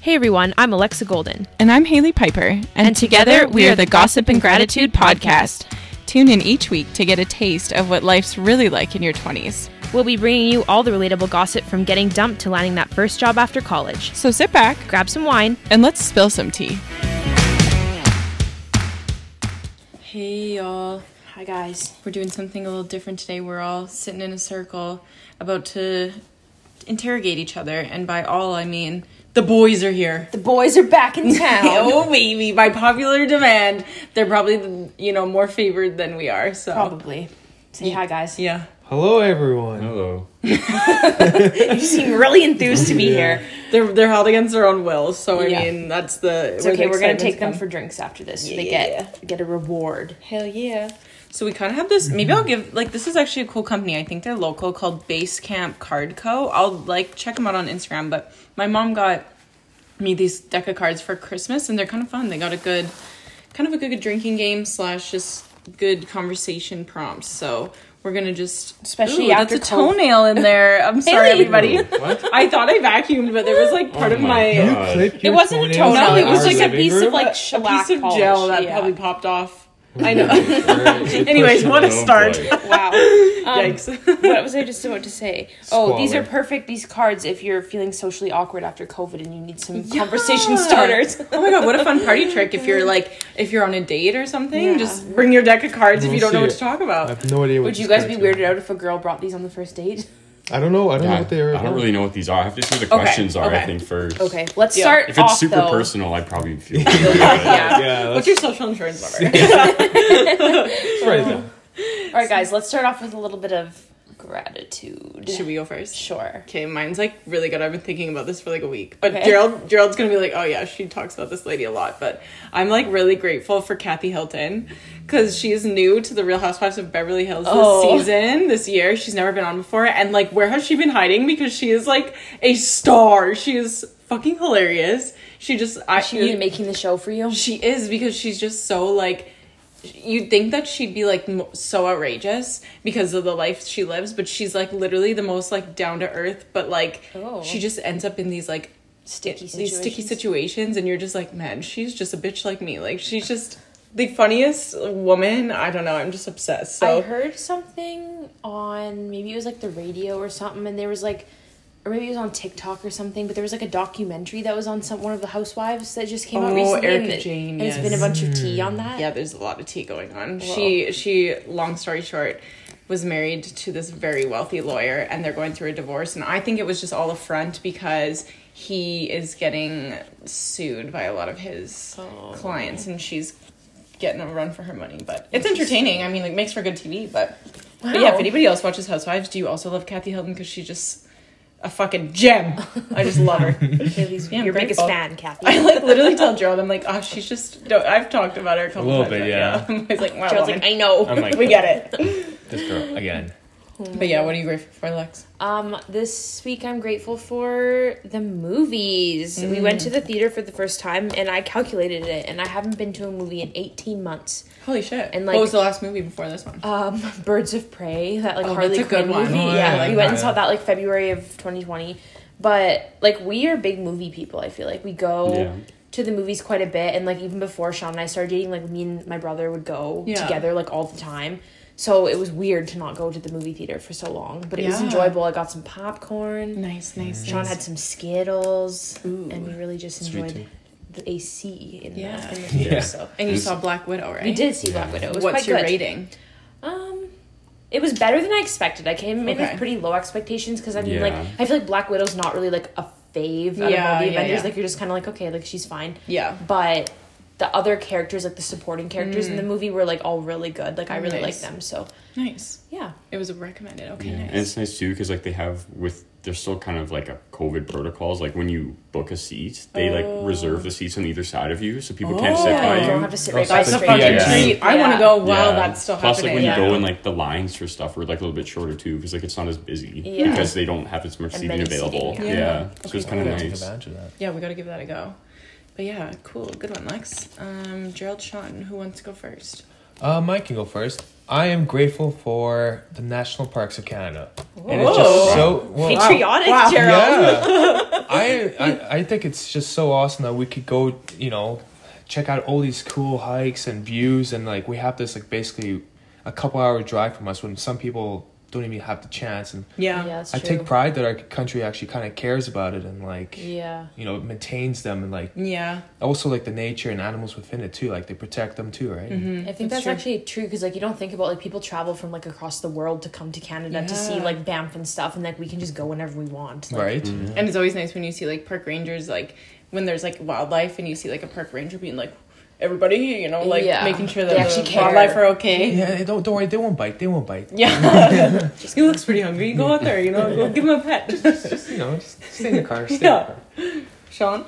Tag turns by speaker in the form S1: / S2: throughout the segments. S1: Hey everyone, I'm Alexa Golden.
S2: And I'm Haley Piper. And,
S1: And together, we are the Gossip and Gratitude Podcast.
S2: Tune in each week to get a taste of what life's really like in your 20s.
S1: We'll be bringing you all the relatable gossip from getting dumped to landing that first job after college.
S2: So sit back
S1: Grab some wine.
S2: and let's spill some tea.
S3: Hey y'all. Hi guys.
S2: We're doing something a little different today. We're all sitting in a circle about to interrogate each other. And by all, I mean the boys are here.
S3: The boys are back in town.
S2: Oh, baby, by popular demand. They're probably, you know, more favored than we are. So,
S3: Probably. Say hi guys.
S2: yeah.
S4: Hello, everyone.
S5: Hello.
S3: You seem really enthused to be here.
S2: They're, they're held against their own will. So, I
S3: Yeah.
S2: mean, that's the.
S3: It's okay, we're gonna take them for drinks after this. so they
S2: Yeah,
S3: get get a reward.
S2: Hell yeah. So we kind of have this. Maybe I'll give like this is actually a cool company. I think they're local called Basecamp Card Co. I'll like check them out on Instagram. But my mom got me these deck of cards for Christmas, and they're kind of fun. They got a good, kind of a good drinking game slash just good conversation prompts. So we're gonna just
S3: Especially
S2: Ooh,
S3: after
S2: that's a
S3: cold-
S2: toenail in there. I'm sorry,
S3: Bailey.
S2: everybody.
S5: What?
S2: I thought I vacuumed, but there was like part
S5: Oh
S2: of
S5: my
S2: my.
S5: God.
S4: You
S5: Uh,
S4: clipped
S2: It
S4: your
S2: wasn't a
S4: toenails
S2: toenail.
S4: in
S2: It was
S4: our
S2: like a
S4: living
S2: piece
S4: room?
S3: like,
S2: a piece
S3: shellac
S2: of
S3: polish,
S2: gel that
S3: yeah.
S2: probably popped off. I know. Anyways,
S5: Anyways,
S2: what a start.
S3: Wow. Um,
S2: Yikes.
S3: what was I just about to say? Oh, these are
S4: Squalor.
S3: perfect, these cards, if you're feeling socially awkward after COVID and you need some conversation starters.
S2: oh my god, what a fun party trick if you're like if you're on a date or something,
S3: Yeah.
S2: just bring your deck of cards if
S4: We'll
S2: you don't know
S4: see
S2: what
S4: it.
S2: to talk
S4: I
S2: about.
S4: have no idea what
S3: Would you
S4: this
S3: guys be
S4: guy's
S3: weirded out if a girl brought these on the first date?
S4: doing. I don't know. I don't know
S5: I,
S4: what they are.
S5: I don't really know what these are. I have to see what the
S2: Okay,
S5: questions are,
S2: okay.
S5: I think, first.
S3: Okay, let's
S2: Yeah.
S3: start
S5: If it's
S3: off
S5: super
S3: though.
S5: personal, I'd probably feel
S2: Yeah.
S4: Yeah,
S2: What's
S4: that's
S2: your social insurance number?
S4: right then.
S3: All right, guys, let's start off with a little bit of gratitude.
S2: Should we go first?
S3: Sure.
S2: Okay, mine's like really good. I've been thinking about this for like a week. But
S3: Okay.
S2: Gerald Gerald's gonna be like, oh yeah, she talks about this lady a lot. But I'm like really grateful for Kathy Hilton because she's new to the Real Housewives of Beverly Hills
S3: Oh.
S2: this season, this year. She's never been on before. And like, where has she been hiding? Because she is like a star. She is fucking hilarious. She just I
S3: She you making the show for you?
S2: she is because she's just so like you'd think that she'd be like mo- so outrageous because of the life she lives but she's like literally the most like down to earth but like
S3: Oh.
S2: she just ends up in these like
S3: Sticky
S2: these sticky
S3: situations.
S2: situations and you're just like man she's just a bitch like me like she's just the funniest woman i don't know i'm just obsessed so
S3: I heard something on maybe it was like the radio or something, and there was like, or maybe it was on TikTok or something, but there was like a documentary that was on some one of the housewives that just came out
S2: Oh,
S3: recently.
S2: Erica
S3: and, it-
S2: Jane,
S3: and it's been a
S2: yes.
S3: bunch of tea on that.
S2: yeah there's a lot of tea going on she she long story short was married to this very wealthy lawyer and they're going through a divorce and i think it was just all a front because he is getting sued by a lot of his
S3: Oh.
S2: clients and she's getting a run for her money but it's entertaining i mean it makes for good tv but, but yeah
S3: Wow.
S2: if anybody else watches housewives do you also love kathy hilton because she's just a fucking gem i just love her
S3: Haley's
S2: Yeah,
S3: your
S2: great
S3: biggest
S2: book.
S3: fan, Kathy.
S2: I like literally tell Gerald, I'm like, oh, she's just. No, I've talked about her a couple
S6: little
S2: times.
S6: bit,
S2: but
S6: yeah. Oh
S2: I'm always like, wow,
S3: Gerald's
S2: Lauren.
S3: like, I know.
S6: I'm like,
S2: we get it.
S6: this girl again.
S2: But yeah, what are you grateful for, Lex?
S3: Um, this week I'm grateful for the movies. We went
S2: Mm.
S3: to the theater for the first time, and I calculated it, and I haven't been to a movie in 18 months.
S2: Holy shit! Oh,
S3: And,
S2: And
S3: like-
S2: like, what was the last movie before this one?
S3: um, Birds of Prey, that like
S2: Oh,
S3: Harley
S2: that's a
S3: Quinn
S2: good one.
S3: movie.
S6: Oh, I
S3: yeah,
S6: like
S3: we went and
S6: that.
S3: saw that like February of 2020. But like we are big movie people. I feel like we go
S5: Yeah.
S3: to the movies quite a bit, and like even before Sean and I started dating, like me and my brother would go
S2: Yeah.
S3: together like all the time. So it was weird to not go to the movie theater for so long, but it was
S2: Yeah.
S3: enjoyable. I got some popcorn.
S2: Nice, nice.
S3: Sean had some Skittles, and we really just
S5: Sweet
S3: enjoyed
S5: too.
S3: the AC in,
S2: Yeah.
S3: the, in the theater.
S6: Yeah.
S3: So
S2: and you
S5: Who's-
S2: saw Black Widow, right?
S3: we did see Black Widow. It was
S2: What's
S3: quite
S2: your
S3: good.
S2: rating?
S3: Um, it was better than I expected. I came in with
S2: Okay.
S3: pretty low expectations because I mean,
S5: Yeah.
S3: like, I feel like Black Widow's not really like a fave out of all
S2: Yeah,
S3: the
S2: yeah,
S3: Avengers.
S2: yeah.
S3: Like, you're just kind of like, okay, like she's fine.
S2: Yeah.
S3: But the other characters, like the supporting characters in the movie, were like all really good. Like, I really
S2: Mm. Nice.
S3: like them. So
S2: Nice.
S3: yeah,
S2: It was recommended. Okay,
S5: Yeah.
S2: nice.
S5: And it's nice too because like they have with they're still kind of like a COVID protocols. Like when you book a seat, they like reserve the seats on either side of you so people can't sit
S2: Oh.
S5: by
S3: yeah,
S5: you.
S3: you don't have to sit right
S6: Also,
S3: by
S6: it's a
S3: strangers.
S6: fucking Yeah.
S2: Treat. I want
S3: Yeah.
S2: to go while
S5: Yeah.
S2: that's still
S5: Plus,
S2: happening.
S5: like when
S3: Yeah.
S5: you go in, like the lines for stuff are like a little bit shorter too, because like it's not as busy
S3: Yeah.
S5: because they don't have as much
S3: And
S5: seating
S3: many seating,
S5: available.
S3: yeah.
S5: yeah.
S2: Yeah.
S5: so it's kind of nice.
S2: yeah, we got to give that a go. But yeah, cool, good one, Lex. Um, Gerald, Sean, who wants to go first?
S4: Uh, Mike can go first. I am grateful for the national parks of Canada. And
S2: Whoa.
S4: it's just so well,
S1: Patriotic,
S2: Wow.
S1: Gerald.
S4: Yeah. I, I I think it's just so awesome that we could go, you know, check out all these cool hikes and views and like we have this like basically a couple hour drive from us when some people don't even have the chance and
S2: Yeah.
S3: Yeah, that's
S4: I
S3: true.
S4: take pride that our country actually kind of cares about it and like
S3: Yeah.
S4: you know maintains them and like
S2: Yeah.
S4: also like the nature and animals within it too like they protect them too right
S3: I think
S2: That's
S3: that's,
S2: true.
S3: actually true because like you don't think about like people travel from like across the world to come to Canada to see
S2: Yeah.
S3: like Banff and stuff, and like we can just go whenever we want. Like,
S4: right
S2: And it's always nice when you see like park rangers, like when there's like wildlife and you see like a park ranger being like, everybody, you know, like
S3: Yeah.
S2: making sure
S3: They
S2: that
S3: actually
S2: the
S3: care.
S2: wildlife are okay.
S4: yeah they don't don't worry they won't bite they won't bite
S2: Yeah. he looks pretty hungry. Go out there, you know, go give him a pet.
S4: just you know just stay in the car stay in
S2: Yeah.
S4: the car
S2: Sean?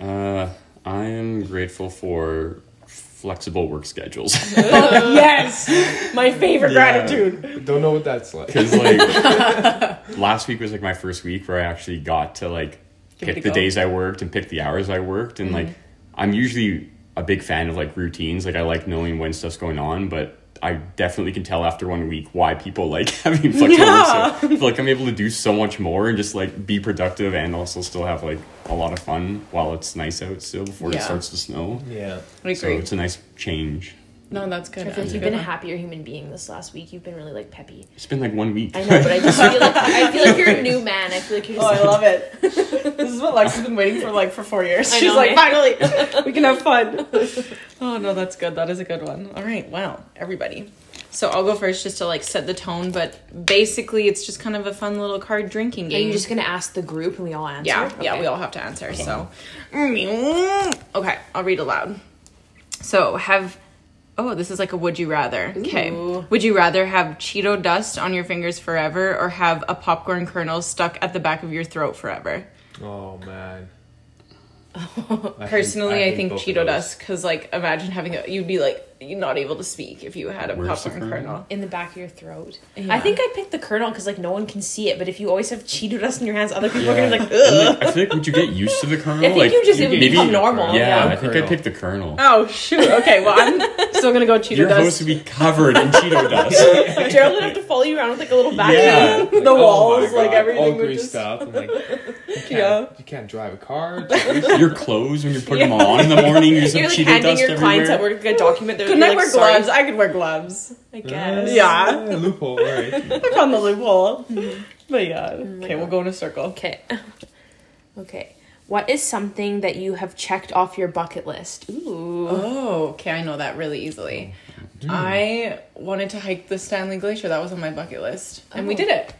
S5: Uh, I am grateful for flexible work schedules.
S2: yes! My favorite
S5: Yeah.
S2: gratitude.
S4: don't know what that's like
S5: Because like last week was like my first week where I actually got to like
S2: Give it
S5: pick
S2: a
S5: the
S2: go.
S5: days I worked and pick the hours I worked and like I'm usually a big fan of like routines. Like I like knowing when stuff's going on, but I definitely can tell after one week why people like having flexible work. So I feel like I'm able to do so much more and just like be productive and also still have like a lot of fun while it's nice out still before
S2: Yeah.
S5: it starts to snow.
S4: yeah
S2: I agree.
S5: So it's a nice change.
S2: no, that's good.
S3: I feel like
S2: That's a
S3: you've
S2: good
S3: been a
S2: one.
S3: happier human being this last week. You've been really like peppy.
S5: It's been like one week.
S3: I know, but I just feel like I feel like you're a new man. I feel like you're
S2: Oh,
S3: just
S2: I love it. this is what Lex has been waiting for like for four years.
S3: I
S2: She's
S3: know,
S2: like,
S3: right?
S2: finally, we can have fun. oh no, that's good. That is a good one. All right, wow, everybody. So I'll go first just to like set the tone, but basically it's just kind of a fun little card drinking
S3: Are
S2: game.
S3: you just gonna ask the group and we all answer?
S2: yeah, yeah,
S3: Okay.
S2: we all have to answer. So, Mm-hmm. okay, I'll read aloud. So have. Oh, this is like a would you rather. Okay.
S3: Ooh.
S2: Would you rather have Cheeto dust on your fingers forever or have a popcorn kernel stuck at the back of your throat forever?
S4: oh man
S2: Personally, I think,
S4: both of
S2: Cheeto
S4: those.
S2: dust because, like, imagine having a you'd be like you're not able to speak if you had a
S5: Where's the
S2: popcorn
S5: kernel?
S2: kernel.
S3: In the back of your throat.
S2: Yeah.
S3: I think I picked the kernel because like no one can see it, but if you always have Cheeto dust in your hands, other people
S4: Yeah.
S3: are gonna be like, ugh.
S5: And, like, I feel like would you get used to the kernel?
S3: I think
S5: like,
S3: you just- it would become normal.
S5: Yeah,
S4: Oh, Yeah.
S5: I think I
S4: Kernel.
S5: picked the kernel.
S2: Oh shoot! Okay, well I'm still gonna go Cheeto
S5: You're supposed
S2: dust.
S5: to be covered in Cheeto dust.
S3: Gerald would have to follow you around with like a little vacuum.
S5: yeah,
S2: The walls, like everything
S4: Oh all
S2: would
S4: greased
S2: just-
S4: up. and, like, you can't,
S2: Yeah.
S4: you can't drive a car.
S5: your clothes when you put them on in the morning. You just
S3: You're
S5: have
S3: like
S5: Cheeto
S3: handing
S5: dust
S3: your clients at
S5: everywhere.
S3: work a document. They're
S2: Couldn't
S3: like,
S2: I wear
S3: sorry,
S2: gloves? I could wear gloves.
S3: I guess.
S2: Yeah.
S4: Ah, loophole. All right.
S2: I found the loophole. Oh But yeah, okay, we'll go in a circle.
S3: Okay. Okay. What is something that you have checked off your bucket list? Ooh.
S2: Oh, okay, I know that really easily. I wanted to hike the Stanley Glacier. That was on my bucket list, and we
S3: Oh.
S2: did it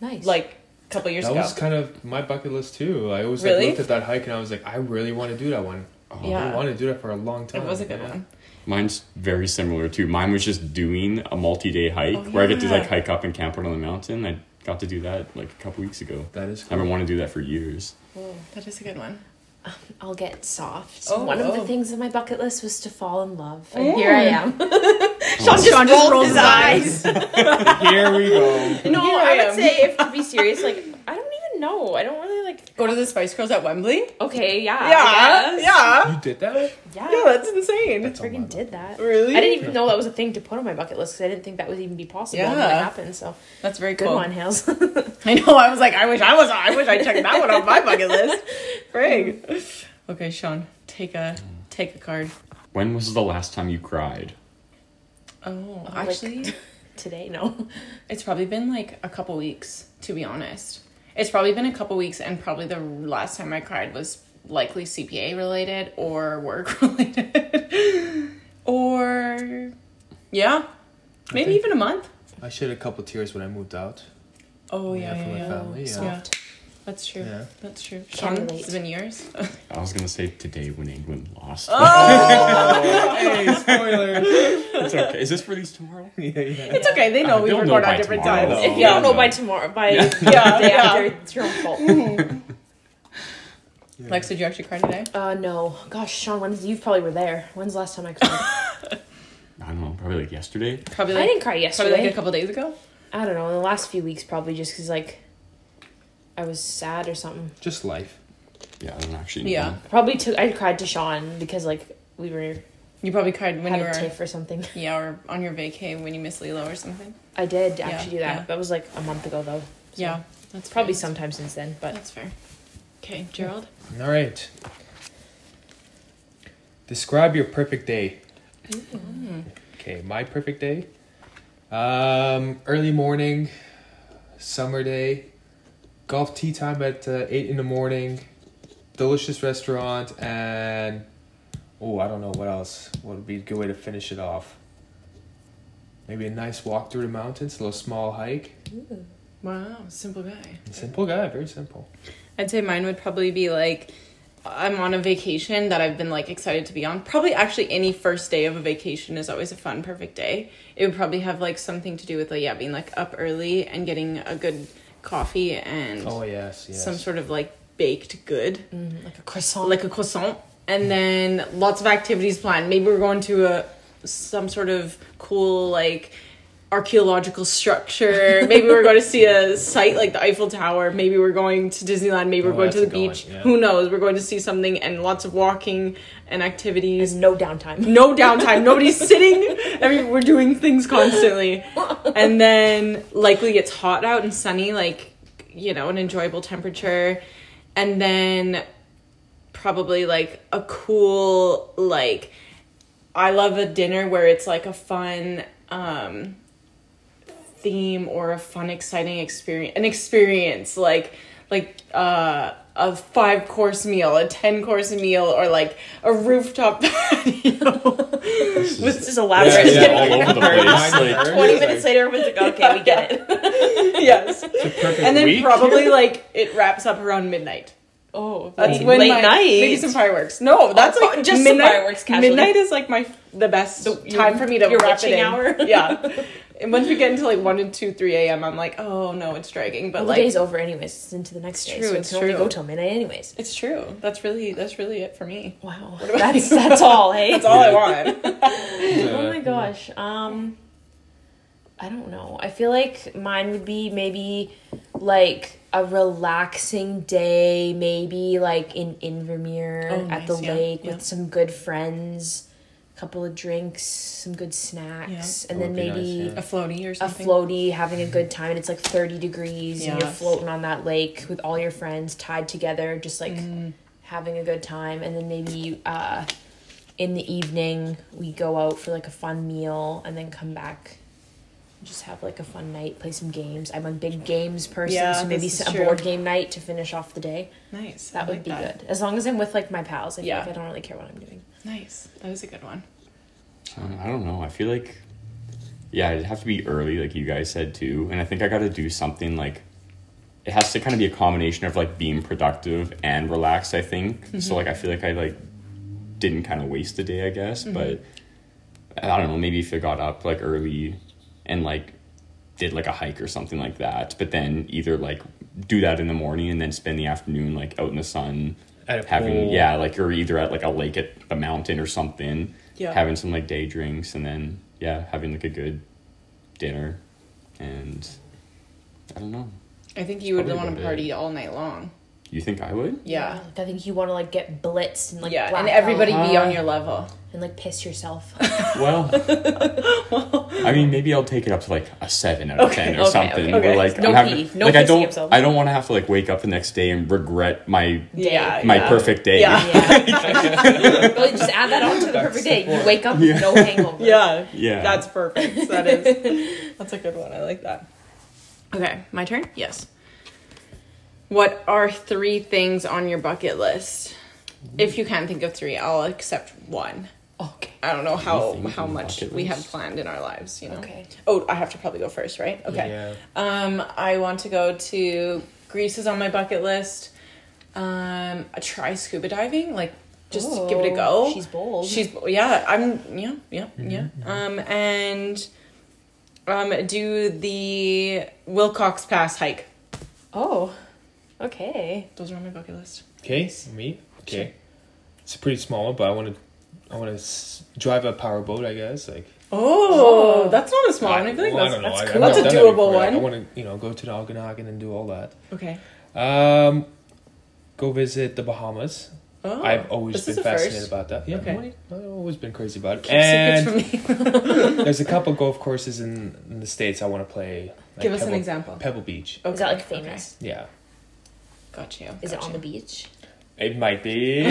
S3: nice.
S2: like a couple years
S4: That
S2: ago.
S4: was kind of my bucket list too. I always
S2: Really?
S4: like, looked at that hike and I was like, I really want to do that one. Oh,
S2: Yeah.
S4: I wanted to do that for a long time.
S2: it was a good
S4: yeah.
S2: one.
S5: Mine's very similar too. Mine was just doing a multi-day hike
S2: Oh,
S5: where I get to
S2: yeah.
S5: like hike up and camp out on the mountain. I got to do that like a couple weeks ago.
S4: That is
S5: I've been
S4: cool.
S5: wanting to do that for years.
S2: That is a good one.
S3: I'll get soft.
S2: Oh,
S3: One of
S2: oh.
S3: the things on my bucket list was to fall in love, and here I am.
S5: Sean
S2: just rolls his eyes.
S4: Here we go.
S3: no,
S2: Here I
S3: I,
S2: am.
S3: would say if to be serious, like I don't even know. I don't really like.
S2: Go to the Spice Girls at Wembley.
S3: Okay, yeah, I
S2: Yeah,
S3: guess.
S2: yeah,
S4: You did that?
S3: yeah.
S2: yeah. That's insane.
S4: That's
S3: I freaking
S4: on my
S3: did that.
S2: Really?
S3: I didn't even know that was a thing to put on my bucket list because I didn't think that would even be possible. Yeah. And then
S2: Yeah.
S3: it happened. So
S2: That's very
S3: good
S2: cool.
S3: one, Hales.
S2: I know. I was like, I wish I was. I wish I checked that one off my bucket list. Frig. Okay, Sean, take a take a card.
S5: When was the last time you cried?
S2: Oh,
S3: like-
S2: actually,
S3: Today, no.
S2: it's probably been like a couple weeks. To be honest, it's probably been a couple weeks, and probably the last time I cried was likely CPA related or work related, or yeah, maybe
S4: Okay.
S2: even a month.
S4: I shed a couple tears when I moved out.
S2: Oh yeah, yeah,
S4: for my
S2: yeah.
S4: family. Yeah.
S2: Yeah. That's true.
S4: Yeah.
S2: That's true.
S3: Can't
S2: Sean,
S3: relate.
S2: it's been yours.
S5: I was gonna say today when England lost.
S4: hey, spoilers.
S5: It's okay. Is this released tomorrow?
S4: yeah, yeah.
S2: It's okay. They know
S5: Uh,
S2: we
S5: they'll
S2: record
S5: know by
S2: on different
S5: tomorrow,
S2: times.
S5: though.
S3: If you
S5: Yeah.
S3: don't know by tomorrow, by
S5: Oh, Yeah.
S3: the
S2: Yeah,
S3: day
S2: yeah.
S3: after, it's your own fault.
S2: Lex, did you actually cry today?
S3: uh, no. Gosh, Sean, when's, you probably were there. When's the last time I cried?
S5: I don't know. Probably like yesterday.
S2: Probably
S3: I
S2: like,
S3: didn't cry
S2: probably like
S3: yesterday.
S2: a couple days ago.
S3: I don't know. In the last few weeks, probably just because, like, I was sad or something.
S4: Just life.
S5: Yeah, I don't actually. know.
S2: Yeah.
S3: Probably took, I cried to Sean because, like, we were
S2: You probably cried when
S3: had
S2: you
S3: a
S2: were
S3: tiff or something.
S2: yeah, or on your vacay when you miss Lilo or something.
S3: I did actually do that.
S2: yeah.
S3: That was like a month ago though. So
S2: yeah, that's
S3: Probably
S2: fair.
S3: sometime since then, but
S2: That's fair. Okay, Gerald.
S4: All right. Describe your perfect day. Okay, my perfect day. Um, early morning, summer day, golf tea time at uh, eight in the morning, delicious restaurant, and oh, I don't know what else. What would be a good way to finish it off? Maybe a nice walk through the mountains, a little small hike.
S2: Wow, simple guy.
S4: Simple guy, very simple.
S2: I'd say mine would probably be like I'm on a vacation that I've been like excited to be on. Probably actually any first day of a vacation is always a fun, perfect day. It would probably have like something to do with like yeah, being like up early and getting a good coffee and
S4: Oh yes, yes.
S2: some sort of like baked good,
S3: Mm, like a croissant.
S2: like a croissant, and then lots of activities planned. Maybe we're going to a some sort of cool like archaeological structure. Maybe we're going to see a site like the Eiffel Tower. Maybe we're going to Disneyland. Maybe
S4: Oh,
S2: we're going
S4: that's
S2: to the
S4: a good
S2: beach.
S4: one, yeah.
S2: Who knows? We're going to see something and lots of walking and activities.
S3: There's no downtime.
S2: No downtime. Nobody's sitting. I mean, we're doing things constantly. And then likely it's hot out and sunny, like, you know, an enjoyable temperature. And then probably like a cool, like, I love a dinner where it's like a fun um, theme or a fun, exciting experience. An experience like, like, uh, a five course meal, a ten course meal, or like a rooftop patio.
S3: This is elaborate.
S5: Yeah, yeah, all over the place. Like,
S4: Twenty
S3: later, everyone's like, "Okay, we get it."
S2: yes.
S4: perfect
S2: and then
S4: week.
S2: probably like it wraps up around midnight.
S3: Oh,
S2: That's
S3: that's
S2: when
S3: late
S2: my-
S3: night.
S2: Maybe some fireworks. No, that's
S3: Oh,
S2: like
S3: just some
S2: midnight,
S3: fireworks casually.
S2: Midnight is like my the best time for me to
S3: your
S2: wrap it
S3: witching
S2: in.
S3: hour?
S2: yeah. And once we get into like one and two, three a.m., I'm like, oh no, it's dragging. But
S3: Well,
S2: like,
S3: the day's over anyways. It's into the next day,
S2: True,
S3: so it
S2: it's
S3: can only
S2: true.
S3: go till midnight anyways.
S2: it's true. That's really that's really it for me.
S3: Wow,
S2: about
S3: that's
S2: you?
S3: that's all. Hey,
S2: That's all I want.
S3: Oh my gosh. Um I don't know. I feel like mine would be maybe like a relaxing day, maybe like in Invermere
S2: Oh,
S3: at the
S2: nice, yeah,
S3: lake
S2: yeah.
S3: with some good friends, a couple of drinks, some good snacks, and then
S4: That would be nice,
S3: maybe
S4: yeah.
S2: a floaty or
S3: a
S2: something.
S3: floaty, having a good time, and it's like 30 degrees, and you're
S2: Yes.
S3: floating on that lake with all your friends tied together, just like
S2: Mm.
S3: having a good time. And then maybe uh, in the evening, we go out for like a fun meal and then come back. and Just have like a fun night, play some games. I'm a big games person,
S2: Yeah,
S3: so maybe
S2: this is
S3: a
S2: true.
S3: board game night to finish off the day.
S2: Nice.
S3: That
S2: I
S3: would
S2: like
S3: be good. As long as I'm with like my pals, I feel
S2: Yeah.
S3: like I don't really care what I'm doing.
S2: Nice. That was a good one.
S5: Um, I don't know. I feel like, yeah, it'd have to be early, like you guys said too. And I think I got to do something like it has to kind of be a combination of like being productive and relaxed. I think
S4: Mm-hmm.
S5: so. Like I feel like I like didn't kind of waste the day, I guess.
S4: Mm-hmm.
S5: But I don't know. Maybe if I got up like early and like did like a hike or something like that, but then either like do that in the morning and then spend the afternoon like out in the sun
S4: At a
S5: having
S4: pool.
S5: yeah like you're either at like a lake at the mountain or something
S2: Yeah.
S5: having some like day drinks and then yeah having like a good dinner and i don't know
S2: I think you would
S5: probably
S2: want
S5: what
S2: to
S5: it
S2: party all night long.
S5: you think i would
S2: Yeah.
S3: Like, I think you want to like get blitzed and like
S2: yeah,
S3: black
S2: and
S3: out
S2: everybody be
S5: Uh,
S2: on your level.
S3: and like piss yourself.
S5: well i mean maybe i'll take it up to like a seven out of ten or
S3: okay,
S5: something
S3: okay.
S5: Where, like
S3: No
S5: i'm having
S3: pee, no
S5: like i
S3: pissing
S5: don't
S3: yourself.
S5: i don't want to have to like wake up the next day and regret my
S2: Yeah,
S5: my
S2: yeah.
S5: perfect day
S2: Yeah.
S3: Yeah. well, you just add that on to the perfect day. You wake up with no hangover.
S2: Yeah.
S5: Yeah.
S2: That's perfect. That is. that's a good one. I like that. Okay, my turn? Yes. What are three things on your bucket list? If you can think of three, I'll accept one.
S3: Okay.
S2: I don't know how
S5: things
S2: how
S5: on the
S2: much
S5: bucket
S2: we have
S5: list?
S2: planned in our lives, you know.
S3: Okay.
S2: Oh, I have to probably go first, right? Okay. Um I want to go to Greece is on my bucket list. Um I try scuba diving, like just give it a go.
S3: Oh, She's bold.
S2: Oh, She's yeah. I'm yeah yeah yeah. Um and um do the Wilcox Pass hike.
S3: oh, okay.
S2: Those are on my bucket list.
S4: Okay, me. Okay, it's a pretty small one, but I want to, I want to s- drive a powerboat. I guess like.
S2: Oh, that's not a small one. I feel like
S4: Well,
S2: that's,
S4: don't know,
S2: that's
S4: I-
S2: cool.
S4: I've
S2: That's a
S4: never done that
S2: doable
S4: before. I
S2: one.
S4: want to, you know, go to the Okanagan and do all that.
S2: Okay.
S4: Um, go visit the Bahamas.
S2: Oh,
S4: I've always
S2: this is
S4: been
S2: a first.
S4: fascinated about that. Yeah,
S2: Okay.
S4: what do you- I've always been crazy about it.
S2: Secrets
S4: And
S2: from me.
S4: there's a couple golf courses in, in the states I want to play. like
S2: Give us an
S4: Pebble-
S2: example.
S4: Pebble Beach.
S2: Okay,
S3: Is that like
S2: okay.
S3: famous?
S4: Yeah,
S2: Got you.
S3: Is it
S2: got
S3: on the
S2: you.
S3: beach?
S4: it might be.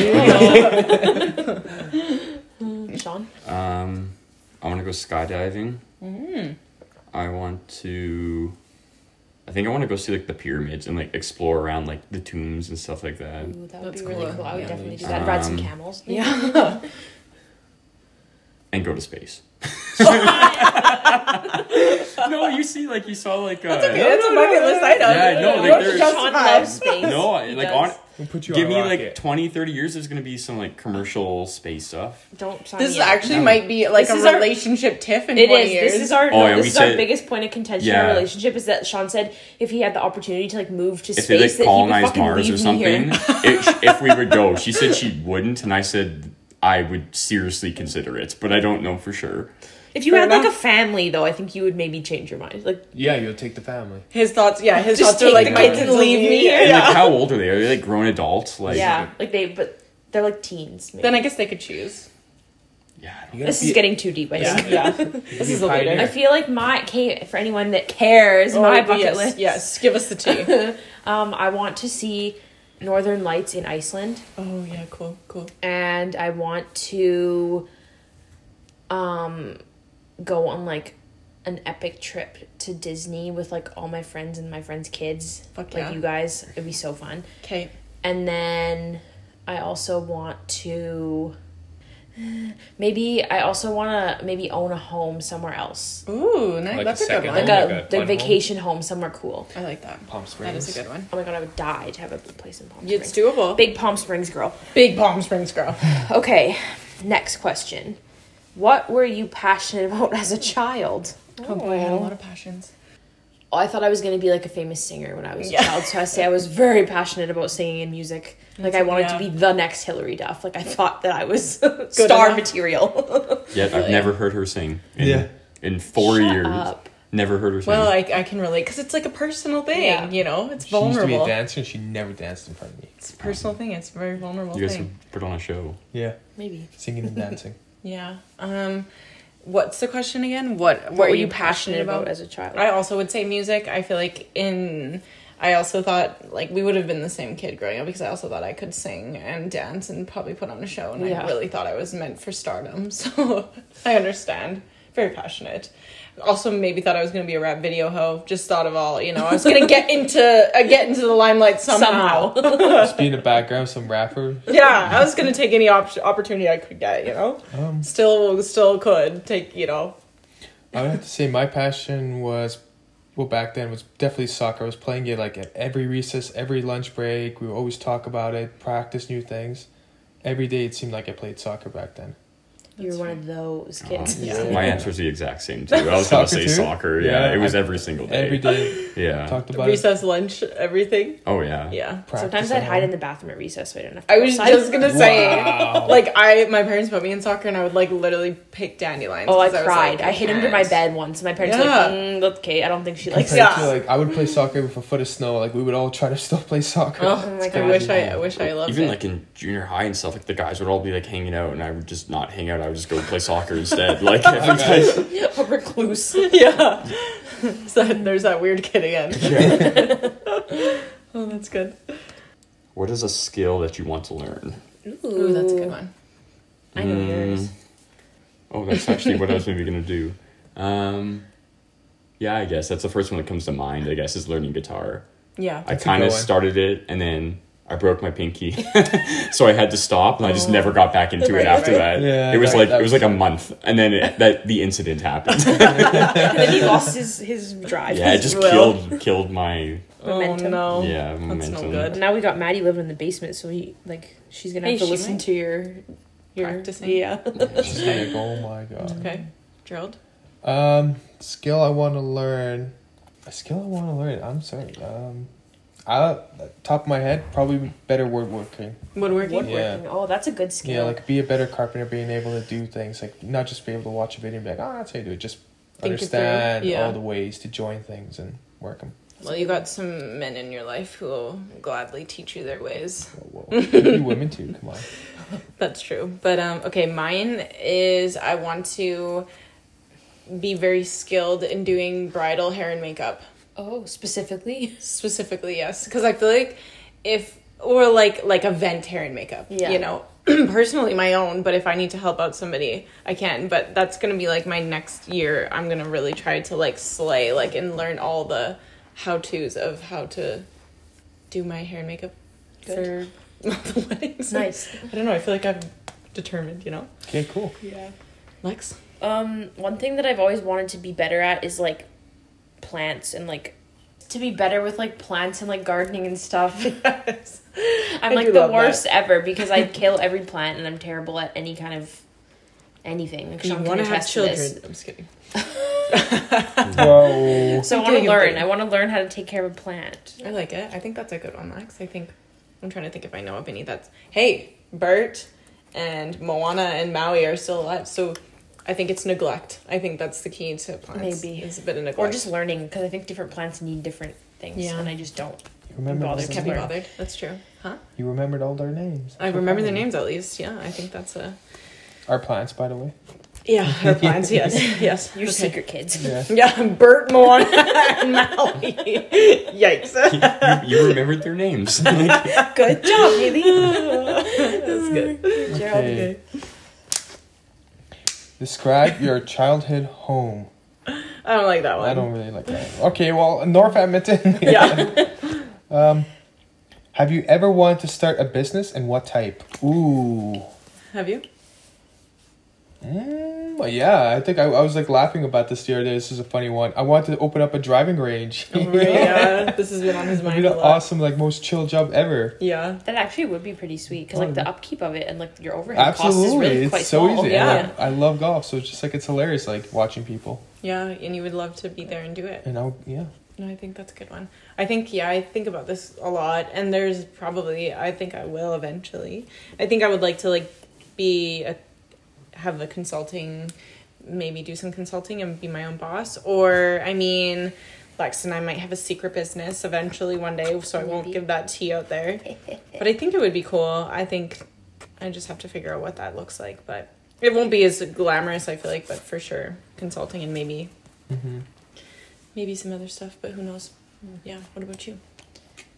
S3: Sean?
S5: Um, I want to go skydiving.
S3: Mm-hmm.
S5: I want to. I think I want to go see like the pyramids and like explore around like the tombs and stuff like that.
S3: Ooh, that would
S2: That's
S3: be really
S2: cool.
S3: cool. I would
S4: Yeah.
S3: definitely do that. Ride some
S5: Um,
S3: camels.
S2: Yeah.
S5: and go to space. no, you see, like you saw, like uh,
S2: That's a bucket list item.
S5: Yeah, no, like,
S2: Don't
S3: Sean
S5: there's-
S2: justify it.
S3: loves space.
S5: no, I-
S3: He
S5: like on.
S3: does.
S4: we'll put you
S5: Give
S4: on a
S5: me like
S4: rocket.
S5: 20, 30 years. There's gonna be some like commercial space stuff.
S3: Don't sign
S2: This
S3: me up.
S2: actually might be like
S3: This is
S2: a
S3: our-
S2: relationship tiff in
S3: It
S2: 20
S3: is.
S2: years.
S3: This is our
S5: Oh,
S3: no,
S5: yeah,
S3: this
S5: we
S3: is our
S5: said-
S3: biggest point of contention in
S5: Yeah.
S3: our relationship is that Sean said if he had the opportunity to like move to
S5: If they
S3: space
S5: like
S3: that he would
S5: colonize
S3: fucking
S5: Mars
S3: leave
S5: or something,
S3: me here.
S5: if, if we would go, she said she wouldn't, and I said I would seriously consider it, but I don't know for sure.
S3: If you
S2: Fair
S3: had like a
S2: enough.
S3: family though, I think you would maybe change your mind. Like
S4: yeah, you'll take the family.
S2: his thoughts, yeah, his
S3: Just
S2: thoughts are
S3: take
S2: like,
S3: the
S2: my
S3: kids
S2: kids
S3: and
S2: leave
S3: leave
S2: me
S3: me
S2: here.
S5: And
S2: Yeah.
S5: like, how old are they? Are they like grown adults? Like,
S3: yeah, like they but they're like teens. Maybe.
S2: Then I guess they could choose.
S5: yeah, I don't-
S4: You gotta
S3: this is
S4: be-
S3: getting too deep. I
S4: Yeah.
S3: think.
S2: Yeah.
S4: you
S2: this
S4: be
S2: is a
S4: pioneer.
S3: I
S2: leader.
S3: feel like my okay, for anyone that cares, my
S2: Oh,
S3: bucket
S2: yes,
S3: list.
S2: Yes, give us the tea.
S3: Um, I want to see northern lights in Iceland,
S2: oh, yeah, cool, cool.
S3: and I want to, um, go on like an epic trip to Disney with like all my friends and my friends' kids.
S2: Fuck
S3: like
S2: yeah.
S3: you guys, it'd be so fun.
S2: Okay.
S3: And then I also want to maybe I also want to maybe own a home somewhere else.
S2: Ooh, nice.
S4: Like
S2: That's
S4: a
S2: a good
S4: second
S2: one.
S4: home?
S3: Like
S4: Oh my
S3: a
S4: God,
S3: the
S4: fun home?
S3: vacation home somewhere cool.
S2: I like that.
S4: Palm
S2: That is
S4: Springs.
S2: a good one.
S3: Oh my god, I would die to have a place in Palm Springs.
S2: It's doable.
S3: Big Palm Springs girl.
S2: big Palm Springs girl.
S3: Okay, next question. What were you passionate about as a child?
S2: Oh boy, I had a lot of passions.
S3: Oh, I thought I was going to be like a famous singer when I was
S2: Yeah.
S3: a child, so I say I was very passionate about singing and music. Like I wanted
S2: yeah.
S3: to be the next Hillary Duff. Like I thought that I was star
S2: enough.
S3: material.
S5: Yet I've never heard her sing. In,
S4: Yeah.
S5: In four
S3: Shut
S5: years,
S3: up.
S5: never heard her sing.
S2: Well, I, I can relate because it's like a personal thing,
S3: Yeah.
S2: you know? It's
S4: She used to be a
S2: vulnerable.
S4: dancer and she never danced in front of me.
S2: it's a personal thing. It's a very vulnerable
S5: you guys
S2: thing.
S5: can put on a show.
S4: Yeah,
S3: Maybe.
S4: singing and dancing.
S2: Yeah. Um, what's the question again? What What,
S3: What
S2: were you passionate, about?
S3: as a child?
S2: I also would say music. I feel like in I also thought like we would have been the same kid growing up because I also thought I could sing and dance and probably put on a show, and
S3: Yeah.
S2: I really thought I was meant for stardom. So I understand. Very passionate. Also, maybe thought I was going to be a rap video hoe. Just thought of all you know. I was going to get into uh, get into the limelight somehow.
S4: Just be in the background, some rapper.
S2: yeah, I was going to take any op- opportunity I could get. You know,
S4: Um,
S2: still still could take you know
S4: I would have to say my passion was, well, back then was definitely soccer. I was playing it like at every recess, every lunch break. We would always talk about it, practice new things. Every day it seemed like I played soccer back then.
S3: you were one of those kids.
S5: Oh, Yeah. My answer's the exact same too. I was gonna
S4: Soccer
S5: say
S4: too?
S5: soccer. Yeah,
S4: Yeah.
S5: it was every single day.
S4: Every day
S5: Yeah.
S4: talked about it.
S2: recess lunch everything.
S5: oh yeah.
S2: Yeah.
S3: Sometimes I'd hide in the bathroom at recess so I didn't have to.
S2: I was
S3: go outside.
S2: just gonna say,
S4: Wow.
S2: like, I my parents put me in soccer, and I would like literally pick dandelions.
S3: Oh, I
S2: 'cause was
S3: cried.
S2: like,
S3: I hid under my
S2: can't.
S3: bed once. My parents were
S2: Yeah.
S3: like, mm, look, okay, I don't think she likes
S4: Compared
S3: it.
S2: Yeah.
S4: to, like I would play soccer with a foot of snow. Like we would all try to still play soccer.
S2: Oh
S3: my
S2: I
S3: God.
S2: wish I, I wish I loved
S5: Even
S2: it.
S5: like in junior high and stuff, like the guys would all be like hanging out, and I would just not hang out. I would just go play soccer instead. Like every time.
S3: A recluse.
S2: yeah. so there's that weird kid again. Oh, that's good.
S5: What is a skill that you want to learn?
S2: Ooh, that's a good one.
S3: I know
S5: Mm.
S3: yours.
S5: Oh, that's actually what I was maybe gonna do. Um, yeah, I guess that's the first one that comes to mind. I guess is learning guitar.
S2: Yeah.
S5: I
S4: That's a
S5: kind of
S4: good one.
S5: started it and then I broke my pinky, so I had to stop, and I just never got back into
S2: Right,
S5: it after
S2: right.
S5: that.
S4: Yeah,
S5: it was
S4: that-
S5: like
S4: that
S5: it was
S4: was-
S5: like a month, and then it, that the incident happened.
S3: and then he lost his, his drive.
S5: yeah, it just
S2: Well.
S5: killed killed my
S2: Oh
S3: Momentum.
S2: no.
S5: yeah
S2: That's
S5: momentum.
S2: no good.
S3: Now we got Maddie living in the basement, so he like she's gonna
S2: Hey,
S3: have to
S2: she
S3: listen
S2: might.
S3: to your your
S2: Practicing.
S3: Yeah.
S4: Just like, oh my god.
S2: Okay. Drilled.
S4: Um, skill I want to learn. A skill I want to learn. I'm sorry. Um, I top of my head probably better woodworking.
S2: Woodworking.
S3: Woodworking. Oh, that's a good skill.
S4: Yeah, like be a better carpenter, being able to do things like not just be able to watch a video and be like, oh, that's how you do it. Just
S2: Think it through,
S4: understand
S2: yeah.
S4: all the ways to join things and work them.
S2: Well, you got some men in your life who will gladly teach you their ways.
S4: Whoa, whoa. Could be women too. Come on.
S2: That's true. But um, okay, mine is I want to be very skilled in doing bridal hair and makeup.
S3: Oh, specifically?
S2: specifically yes because i feel like if or like like event hair and makeup
S3: Yeah.
S2: you know personally my own but if i need to help out somebody i can but that's gonna be like my next year i'm gonna really try to like slay like and learn all the how to's of how to do my hair and makeup
S3: Good.
S2: for the weddings
S3: Nice.
S2: i don't know i feel like i'm determined you know
S4: Okay, cool.
S2: yeah lex
S3: Um, one thing that I've always wanted to be better at is like plants and like to be better with like plants and like gardening and stuff. I'm
S2: I
S3: like
S2: do
S3: the
S2: love that.
S3: worst ever because I kill every plant and I'm terrible at any kind of anything. Like,
S2: you
S3: Sean can
S2: want to have
S3: attest to this.
S2: children i'm just kidding
S4: Whoa.
S3: So I
S2: Keep
S3: want to
S2: doing
S3: learn.
S2: them.
S3: I want to learn how to take care of a plant.
S2: I like it. I think that's a good one, Lex. I think I'm trying to think if I know of any that's hey, Bert and Moana and Maui are still alive. So I think it's neglect. I think that's the key to plants.
S3: Maybe.
S2: it's a bit of neglect.
S3: Or just learning because I think different plants need different things
S2: Yeah.
S3: and I just don't.
S4: You remembered,
S3: Bother
S4: all
S2: can't
S4: their
S2: be
S4: names.
S3: learn.
S2: bothered. That's true. Huh?
S4: you remembered all their names.
S2: I remember their names at least. Yeah, I think that's a
S4: Our plants, by the way.
S2: yeah. Her plants. yes, yes.
S3: You're
S2: Okay.
S3: secret kids.
S4: Yeah.
S2: Yeah, Bert, Moana, and Maui. Yikes.
S5: you, you remembered their names.
S3: Good job, Haley.
S2: That's good.
S4: Okay. Describe your childhood home.
S2: I don't like that one.
S4: I don't really like that. Okay, well, North Edmonton.
S2: Yeah.
S4: um, have you ever wanted to start a business and what type? Ooh.
S2: Have you?
S4: Mm, well, yeah, I think I, I was like laughing about this the other day. This is a funny one. I wanted to open up a driving range.
S2: yeah. This has been on his
S4: It'd
S2: mind
S4: be
S2: a
S4: the
S2: lot.
S4: awesome, like most chill job ever.
S2: Yeah.
S3: That actually would be pretty sweet because like the upkeep of it and like your overhead cost is
S4: Absolutely,
S3: really
S4: it's
S3: quite
S4: so
S3: small.
S4: easy.
S2: Yeah.
S4: And, like, I love golf, so it's just like it's hilarious, like watching people.
S2: Yeah, and you would love to be there and do it.
S4: And I, yeah,
S2: No, I think that's a good one. I think yeah, I think about this a lot, and there's probably I think I will eventually. I think I would like to like be a have a consulting, maybe do some consulting and be my own boss. Or I mean, Lex and I might have a secret business eventually one day, so I won't
S3: Maybe.
S2: give that tea out there. but I think it would be cool. I think I just have to figure out what that looks like, but it won't be as glamorous. I feel like, but for sure, consulting and maybe
S4: Mm-hmm.
S2: maybe some other stuff, but who knows? Yeah. What about you?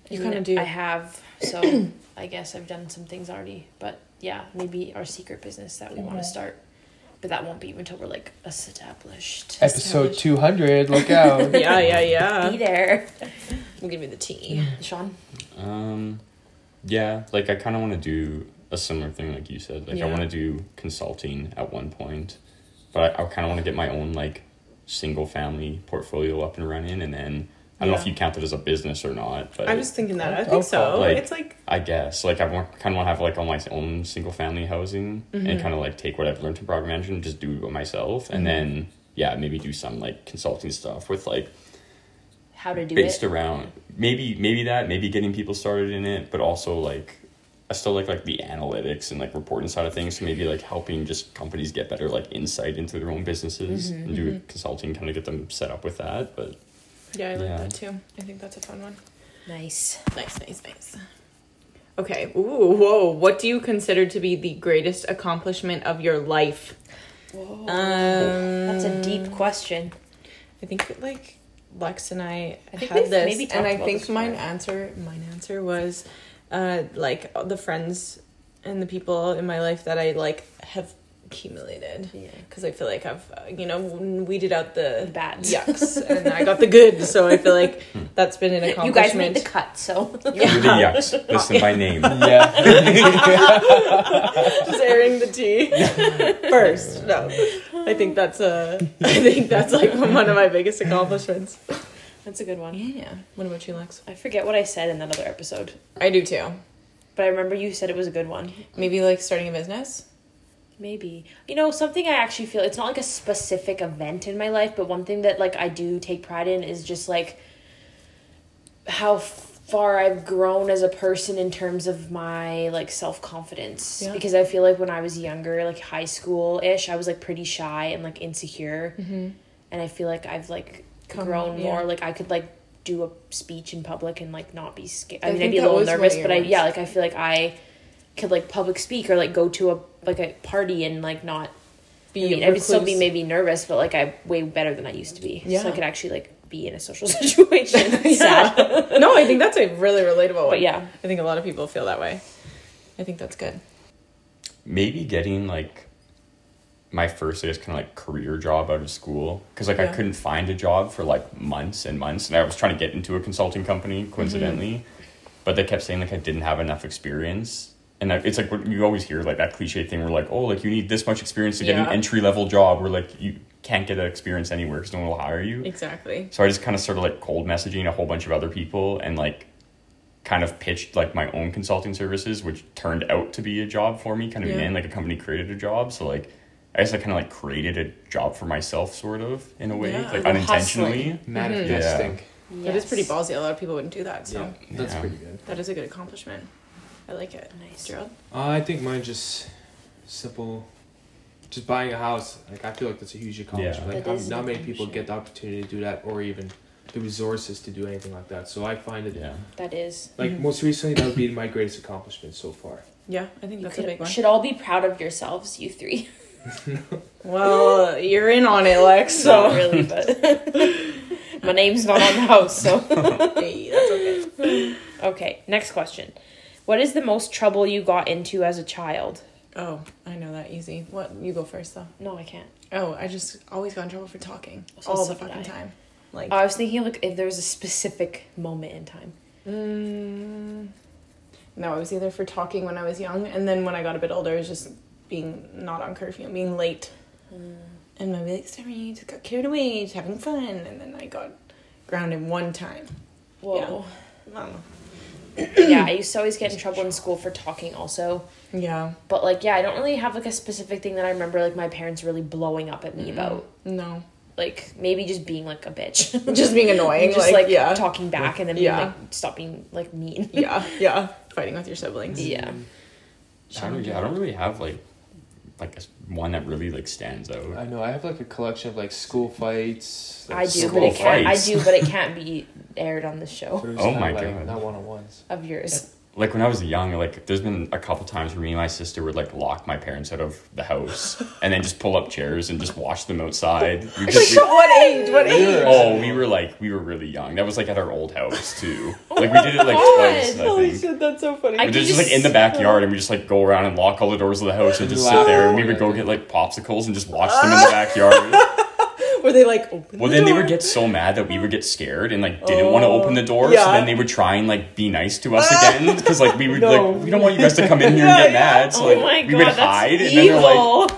S2: You
S3: And
S2: kind of do.
S3: I have, so I guess I've done some things already. But yeah, maybe our secret business that we want to start, but that won't be until we're like established.
S4: episode two hundred. Look out!
S2: yeah, yeah,
S3: Be
S2: yeah.
S3: there,
S2: We'll give you the tea.
S3: Sean.
S5: Um, yeah, like I kind of want to do a similar thing, like you said. Like I
S2: Yeah.
S5: want to do consulting at one point, but I, I kind of want to get my own like single family portfolio up and running, and then I don't know if
S2: Yeah.
S5: you count that as a business or not, but
S2: I was thinking that. I
S4: Oh,
S2: think so.
S5: like-
S2: it's like
S5: I guess like I want kind of want to have like all my own single family housing and
S2: Mm-hmm.
S5: kind of like take what I've learned from property management and just do it myself, and then yeah, maybe do some like consulting stuff with like
S3: How to do
S5: based
S3: it?
S5: around maybe maybe that maybe getting people started in it but also like i still like like the analytics and like reporting side of things so maybe like helping just companies get better like insight into their own businesses
S3: Mm-hmm,
S5: and do consulting kind of get them set up with that but
S2: yeah, I like
S5: Yeah.
S2: that too. I think that's a fun one.
S3: Nice.
S2: Nice, nice, nice. Okay. Ooh, whoa. What do you consider to be the greatest accomplishment of your life? Oh,
S3: Whoa,
S2: Um,
S3: that's a deep question.
S2: I think like Lex and I,
S3: I think
S2: had
S3: we've
S2: this,
S3: maybe
S2: and
S3: talked
S2: I
S3: about
S2: think
S3: this
S2: mine
S3: before.
S2: answer, mine answer was, uh, like the friends and the people in my life that I like have accumulated.
S3: Yeah.
S2: because I feel like I've uh, you know weeded out the
S3: The bads.
S2: yucks, and I got the good. So I feel like that's been an
S3: You guys made
S2: accomplishment.
S3: the cut, so
S5: do the yucks listen by name
S4: yeah,
S2: Just airing the tea first. No, I think that's a. I think that's like one of my biggest accomplishments.
S3: that's a good one.
S2: Yeah. What about you, Lex?
S3: I forget what I said in that other episode,
S2: I do too.
S3: but I remember you said it was a good one.
S2: Maybe like starting a business.
S3: Maybe. You know, something I actually feel it's not like a specific event in my life, but one thing that like I do take pride in is just like how far I've grown as a person in terms of my like self-confidence
S2: Yeah.
S3: because I feel like when I was younger, like high school-ish, I was like pretty Mm-hmm. shy and like insecure. And I feel like I've like
S2: Come-
S3: grown
S2: yeah.
S3: more like I could like do a speech in public and like not be scared.
S2: I
S3: I, mean,
S2: think
S3: I'd be a
S2: that
S3: little
S2: was one of
S3: nervous,
S2: your
S3: but I yeah,
S2: ones.
S3: like I feel like I could like public speak or like go to a like a party and like not. I mean, I would still be
S2: recluse.
S3: maybe nervous, but like I'm way better than I used to be.
S2: Yeah.
S3: So I could actually like be in a social situation. Sad.
S2: no, I think that's a really relatable one.
S3: But yeah.
S2: I think a lot of people feel that way. I think that's good.
S5: maybe getting like my first, I guess, kind of like career job out of school because like I
S2: Yeah.
S5: couldn't find a job for like months and months, and I was trying to get into a consulting company
S2: Mm-hmm.
S5: coincidentally, but they kept saying like I didn't have enough experience. And I, it's like what you always hear, like that cliche thing where like, oh, like you need this much experience to get an
S2: Yeah.
S5: entry level job, where like you can't get that experience anywhere because no one will hire you.
S2: Exactly.
S5: So I just kind of started like cold messaging a whole bunch of other people and like kind of pitched like my own consulting services, which turned out to be a job for me, kind of
S2: Yeah.
S5: in like a company created a job. So like I guess I kind of like created a job for myself, sort of in a way,
S2: Yeah.
S5: like
S3: Well,
S5: unintentionally.
S4: Manifesting.
S2: That is pretty ballsy. A lot of people wouldn't do that. So
S4: Yeah, that's
S5: Yeah.
S4: pretty good.
S2: that is a good accomplishment. I like it.
S3: Nice.
S2: Gerald?
S4: Uh, I think mine just simple, just buying a house. Like I feel like that's a huge accomplishment.
S5: Yeah.
S4: Like
S3: That
S4: how-
S3: is an
S4: not many people
S3: accomplishment.
S4: get the opportunity to do that, or even the resources to do anything like that. So I find it
S5: Yeah.
S3: That is.
S4: like most recently that would be my greatest accomplishment so far.
S2: Yeah, I think
S3: You
S2: that's a
S3: could-
S2: big one.
S3: should all be proud of yourselves, you three.
S2: Well, you're in on it, Lex. So
S3: Not really, but my name's not on the house, so.
S2: Hey, that's okay.
S3: Okay, next question. What is the most trouble you got into as a child?
S2: Oh, I know that easy. What? You go first, though.
S3: No, I can't.
S2: Oh, I just always got in trouble for talking
S3: So
S2: all
S3: so
S2: the
S3: did
S2: fucking
S3: I.
S2: time. Like,
S3: I was thinking of like if there was a specific moment in time.
S2: mm, no, I was either for talking when I was young, and then when I got a bit older, it was just being not on curfew, and being late,
S3: Hmm.
S2: and my like, sorry, you just got carried away, just having fun, and then I got grounded one time.
S3: Whoa.
S2: Um,
S3: Yeah. I used to always get in trouble in school for talking also.
S2: yeah,
S3: But like yeah, I don't really have like a specific thing that I remember like my parents really blowing up at me about.
S2: Mm, no,
S3: Like maybe just being like a bitch.
S2: just being annoying,
S3: just like,
S2: like yeah,
S3: talking back and then being
S2: yeah.
S3: like stop being like mean.
S2: yeah, yeah, fighting with your siblings.
S3: yeah.
S4: Mm.
S5: I don't, yeah, I don't really have like like a s- one that really like stands out.
S4: I know I have like a collection of like school fights. Like
S3: I do, but
S5: School
S3: it can't
S5: fights.
S3: I do, but it can't be aired on the show
S4: those
S5: Oh
S4: kinda,
S5: my
S4: like,
S5: God.
S4: Not one on ones.
S3: of yours.
S5: Like when I was young, like there's been a couple times where me and my sister would like lock my parents out of the house and then just pull up chairs and just watch them outside. We just-
S2: What age? What age?
S5: Oh, we were like we were really young. That was like at our old house too. Like we did it like twice. I
S2: Holy
S5: think.
S2: shit, that's Oh, so funny.
S3: I
S5: We
S3: could Oh.
S5: did it just like in the backyard, and we just like go around and lock all the doors of the house and just sit there, and we would go get like popsicles and just watch them in
S3: Ah.
S5: the backyard.
S2: Were they like open?
S5: Well,
S2: the
S5: then they
S2: door?
S5: would get so mad that we would get scared and like didn't want to open the door, so
S2: yeah.
S5: then they would try and like be nice to us
S3: Ah.
S5: again because like we would
S2: No.
S5: like we don't want you guys to come in here and get mad, so like
S3: oh my god,
S5: we would
S3: that's
S5: hide, and then
S3: evil.
S5: they're like.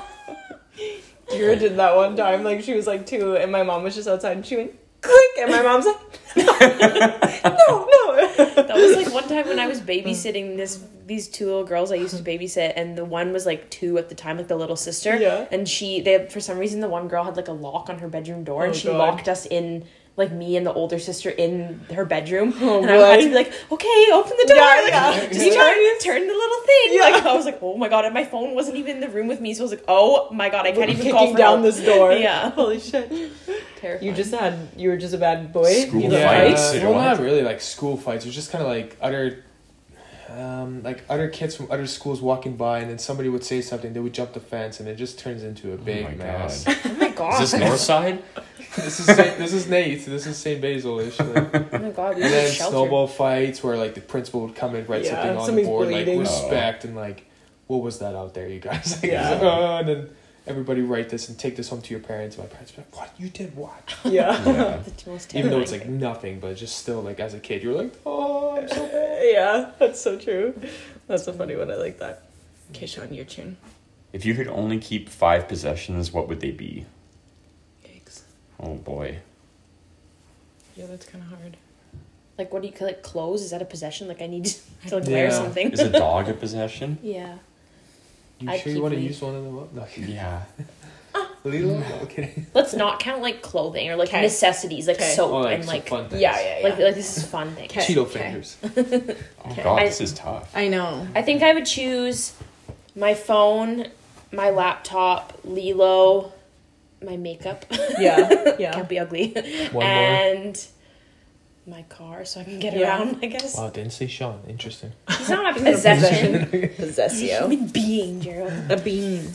S2: Kira did that one time. Like she was like two, and my mom was just outside, and she went click, and my mom's like, no, no, no.
S3: That was like one time when I was babysitting this these two little girls I used to babysit, and the one was like two at the time, like the little sister.
S2: Yeah.
S3: And she, they for some reason, the one girl had like a lock on her bedroom door, and
S2: Oh,
S3: she
S2: God.
S3: locked us in. Like me and the older sister in her bedroom, and
S2: boy.
S3: I had to be like, "Okay, open the door,
S2: Oh, Yeah,
S3: like,
S2: yeah.
S3: just
S2: Be
S3: turn, turn the little thing."
S2: Yeah.
S3: Like I was like, "Oh my god!" And my phone wasn't even in the room with me, so I was like, "Oh my god, I can't even call
S2: Kicking
S3: for
S2: down
S3: help."
S2: this door.
S3: Yeah.
S2: holy shit.
S3: Terrifying.
S2: You just had. You were just a bad boy.
S5: School
S2: you got
S5: fights.
S2: fights.
S5: Did you
S4: well,
S5: watch
S4: not really like school fights. It was just kind of like other, um, like other kids from other schools walking by, and then somebody would say something. They would jump the fence, and it just turns into a big
S5: Oh my god!
S4: mess.
S5: Is
S3: oh my god,
S5: this north side?
S4: this is Saint, this is Nate. This is Saint Basil ish. Like, and
S3: oh my god, we were
S4: then
S3: sheltered.
S4: snowball fights where like the principal would come and write
S2: Yeah,
S4: something on the
S2: somebody's
S4: board
S2: bleeding.
S4: like respect and like what was that out there, you guys? Like,
S2: Yeah.
S4: it's like, "Oh," and then everybody write this and take this home to your parents. My parents be like, "What you did? What?"
S2: Yeah,
S5: Yeah.
S3: The most
S4: Even though it's like
S3: terrifying
S4: nothing, but just still like as a kid, you're like, "Oh, I'm so bad."
S2: yeah. That's so true. That's a funny one. I like that. Okay, Sean, your tune.
S5: If you could only keep five possessions, what would they be?
S2: Yikes.
S5: Oh boy.
S2: Yeah, that's kind of hard.
S3: Like, what do you call it? Clothes? Is that a possession? Like, I need to like, wear
S4: Yeah.
S3: something.
S5: Is a dog a possession?
S3: Yeah.
S4: You
S3: I'd
S4: sure you
S3: keep
S4: want to
S3: my-
S4: use one of them? up? No, okay.
S5: Yeah.
S4: Lilo? No, kidding.
S3: Let's not count like clothing or like
S2: Okay.
S3: necessities, like
S2: Okay.
S3: soap
S4: Oh, like
S3: and like
S4: some fun things.
S2: Yeah, yeah, yeah.
S3: like like this is fun thing.
S2: Okay.
S4: Cheeto
S2: okay.
S4: fingers.
S5: Oh god,
S3: I-
S5: this is tough.
S2: I know.
S3: I think I would choose my phone, my laptop, Lilo, my makeup.
S2: Yeah, yeah.
S3: Can't be ugly.
S4: One more.
S3: and my car so I can get
S2: Yeah.
S3: around, I guess.
S4: Wow, didn't say Sean. Interesting.
S2: He's not having
S3: Possession.
S2: Possessio.
S3: Human being, Gerald.
S2: A bean.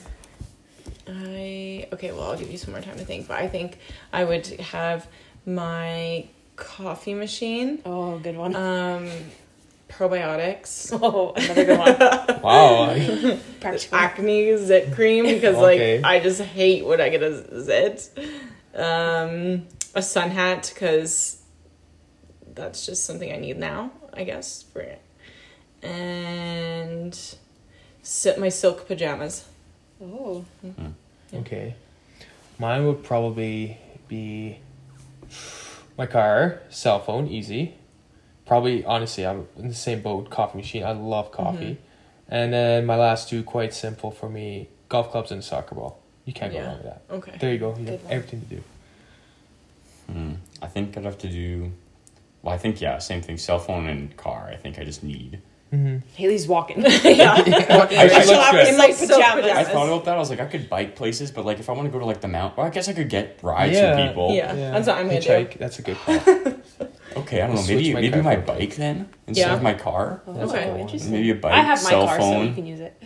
S2: I okay. Well, I'll give you some more time to think, but I think I would have my coffee machine,
S3: Oh, good one.
S2: um, probiotics,
S3: oh, another good one.
S4: Wow. I-
S3: Practical.
S2: acne zit cream because
S4: Okay.
S2: like I just hate when I get a zit. Um, a sun hat because that's just something I need now, I guess. For it. And sit my silk pajamas.
S3: Oh,
S4: okay. Mine would probably be my car, cell phone, easy. Probably, honestly, I'm in the same boat. Coffee machine. I love coffee. And then my last two, quite simple for me: golf clubs and soccer ball. You can't go
S2: Yeah.
S4: wrong with that.
S2: Okay.
S4: There you go. You
S3: Good
S4: have
S3: one.
S4: everything to do.
S5: Hmm. I think I'd have to do. Well, I think yeah, same thing. Cell phone and car. I think I just need.
S4: Mm-hmm.
S3: Haley's walking.
S5: I, I,
S4: She'll
S5: looked
S4: have
S5: good.
S3: in,
S2: In
S3: like,
S2: like
S3: pajamas.
S5: I
S2: pajamas.
S5: thought about that. I was like, I could bike places, but like if I want to go to like the mount, well, I guess I could get rides
S4: Yeah.
S5: from people.
S2: Yeah. that's what I'm gonna do.
S4: Hitchhike, That's a good call.
S5: Okay, I don't know.
S4: Switch
S5: Maybe
S4: my
S5: maybe
S4: car
S5: my
S4: for a bike.
S5: bike then instead
S2: Yeah.
S5: of my car.
S4: That's
S2: Okay.
S4: a good one.
S3: Interesting.
S5: Maybe a bike,
S3: Oh. I have my
S5: cell
S3: car, so
S5: phone.
S3: you can use it.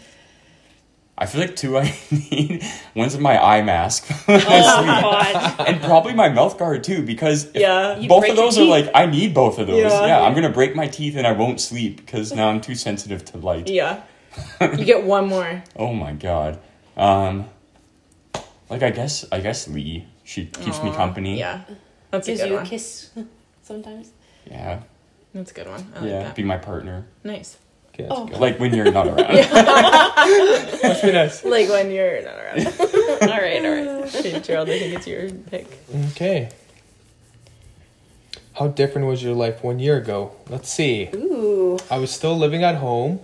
S5: I feel like two I need. One's my eye mask
S3: Oh, God.
S5: and probably my mouth guard too because if
S2: Yeah. You
S5: both
S3: break
S5: of those are
S3: your
S5: like I need both of those.
S2: Yeah.
S5: Yeah. I'm gonna break my teeth and I won't sleep because now I'm too sensitive to light.
S2: Yeah. you get one more.
S5: Oh my god. Um, like I guess I guess Lee she keeps me
S2: Aw,
S5: company.
S2: Yeah. That's a
S3: Gives
S2: good
S3: you a
S2: one.
S3: kiss sometimes.
S5: yeah,
S2: That's a good one. I like
S5: yeah.
S2: that.
S5: Be my partner.
S2: Nice.
S4: Okay, that's
S3: Oh,
S5: Like when you're not around.
S4: Must be nice.
S2: Like when you're not around.
S3: all right, all right.
S2: okay, Gerald, I think it's your pick.
S4: Okay. How different was your life one year ago? Let's see.
S3: Ooh.
S4: I was still living at home.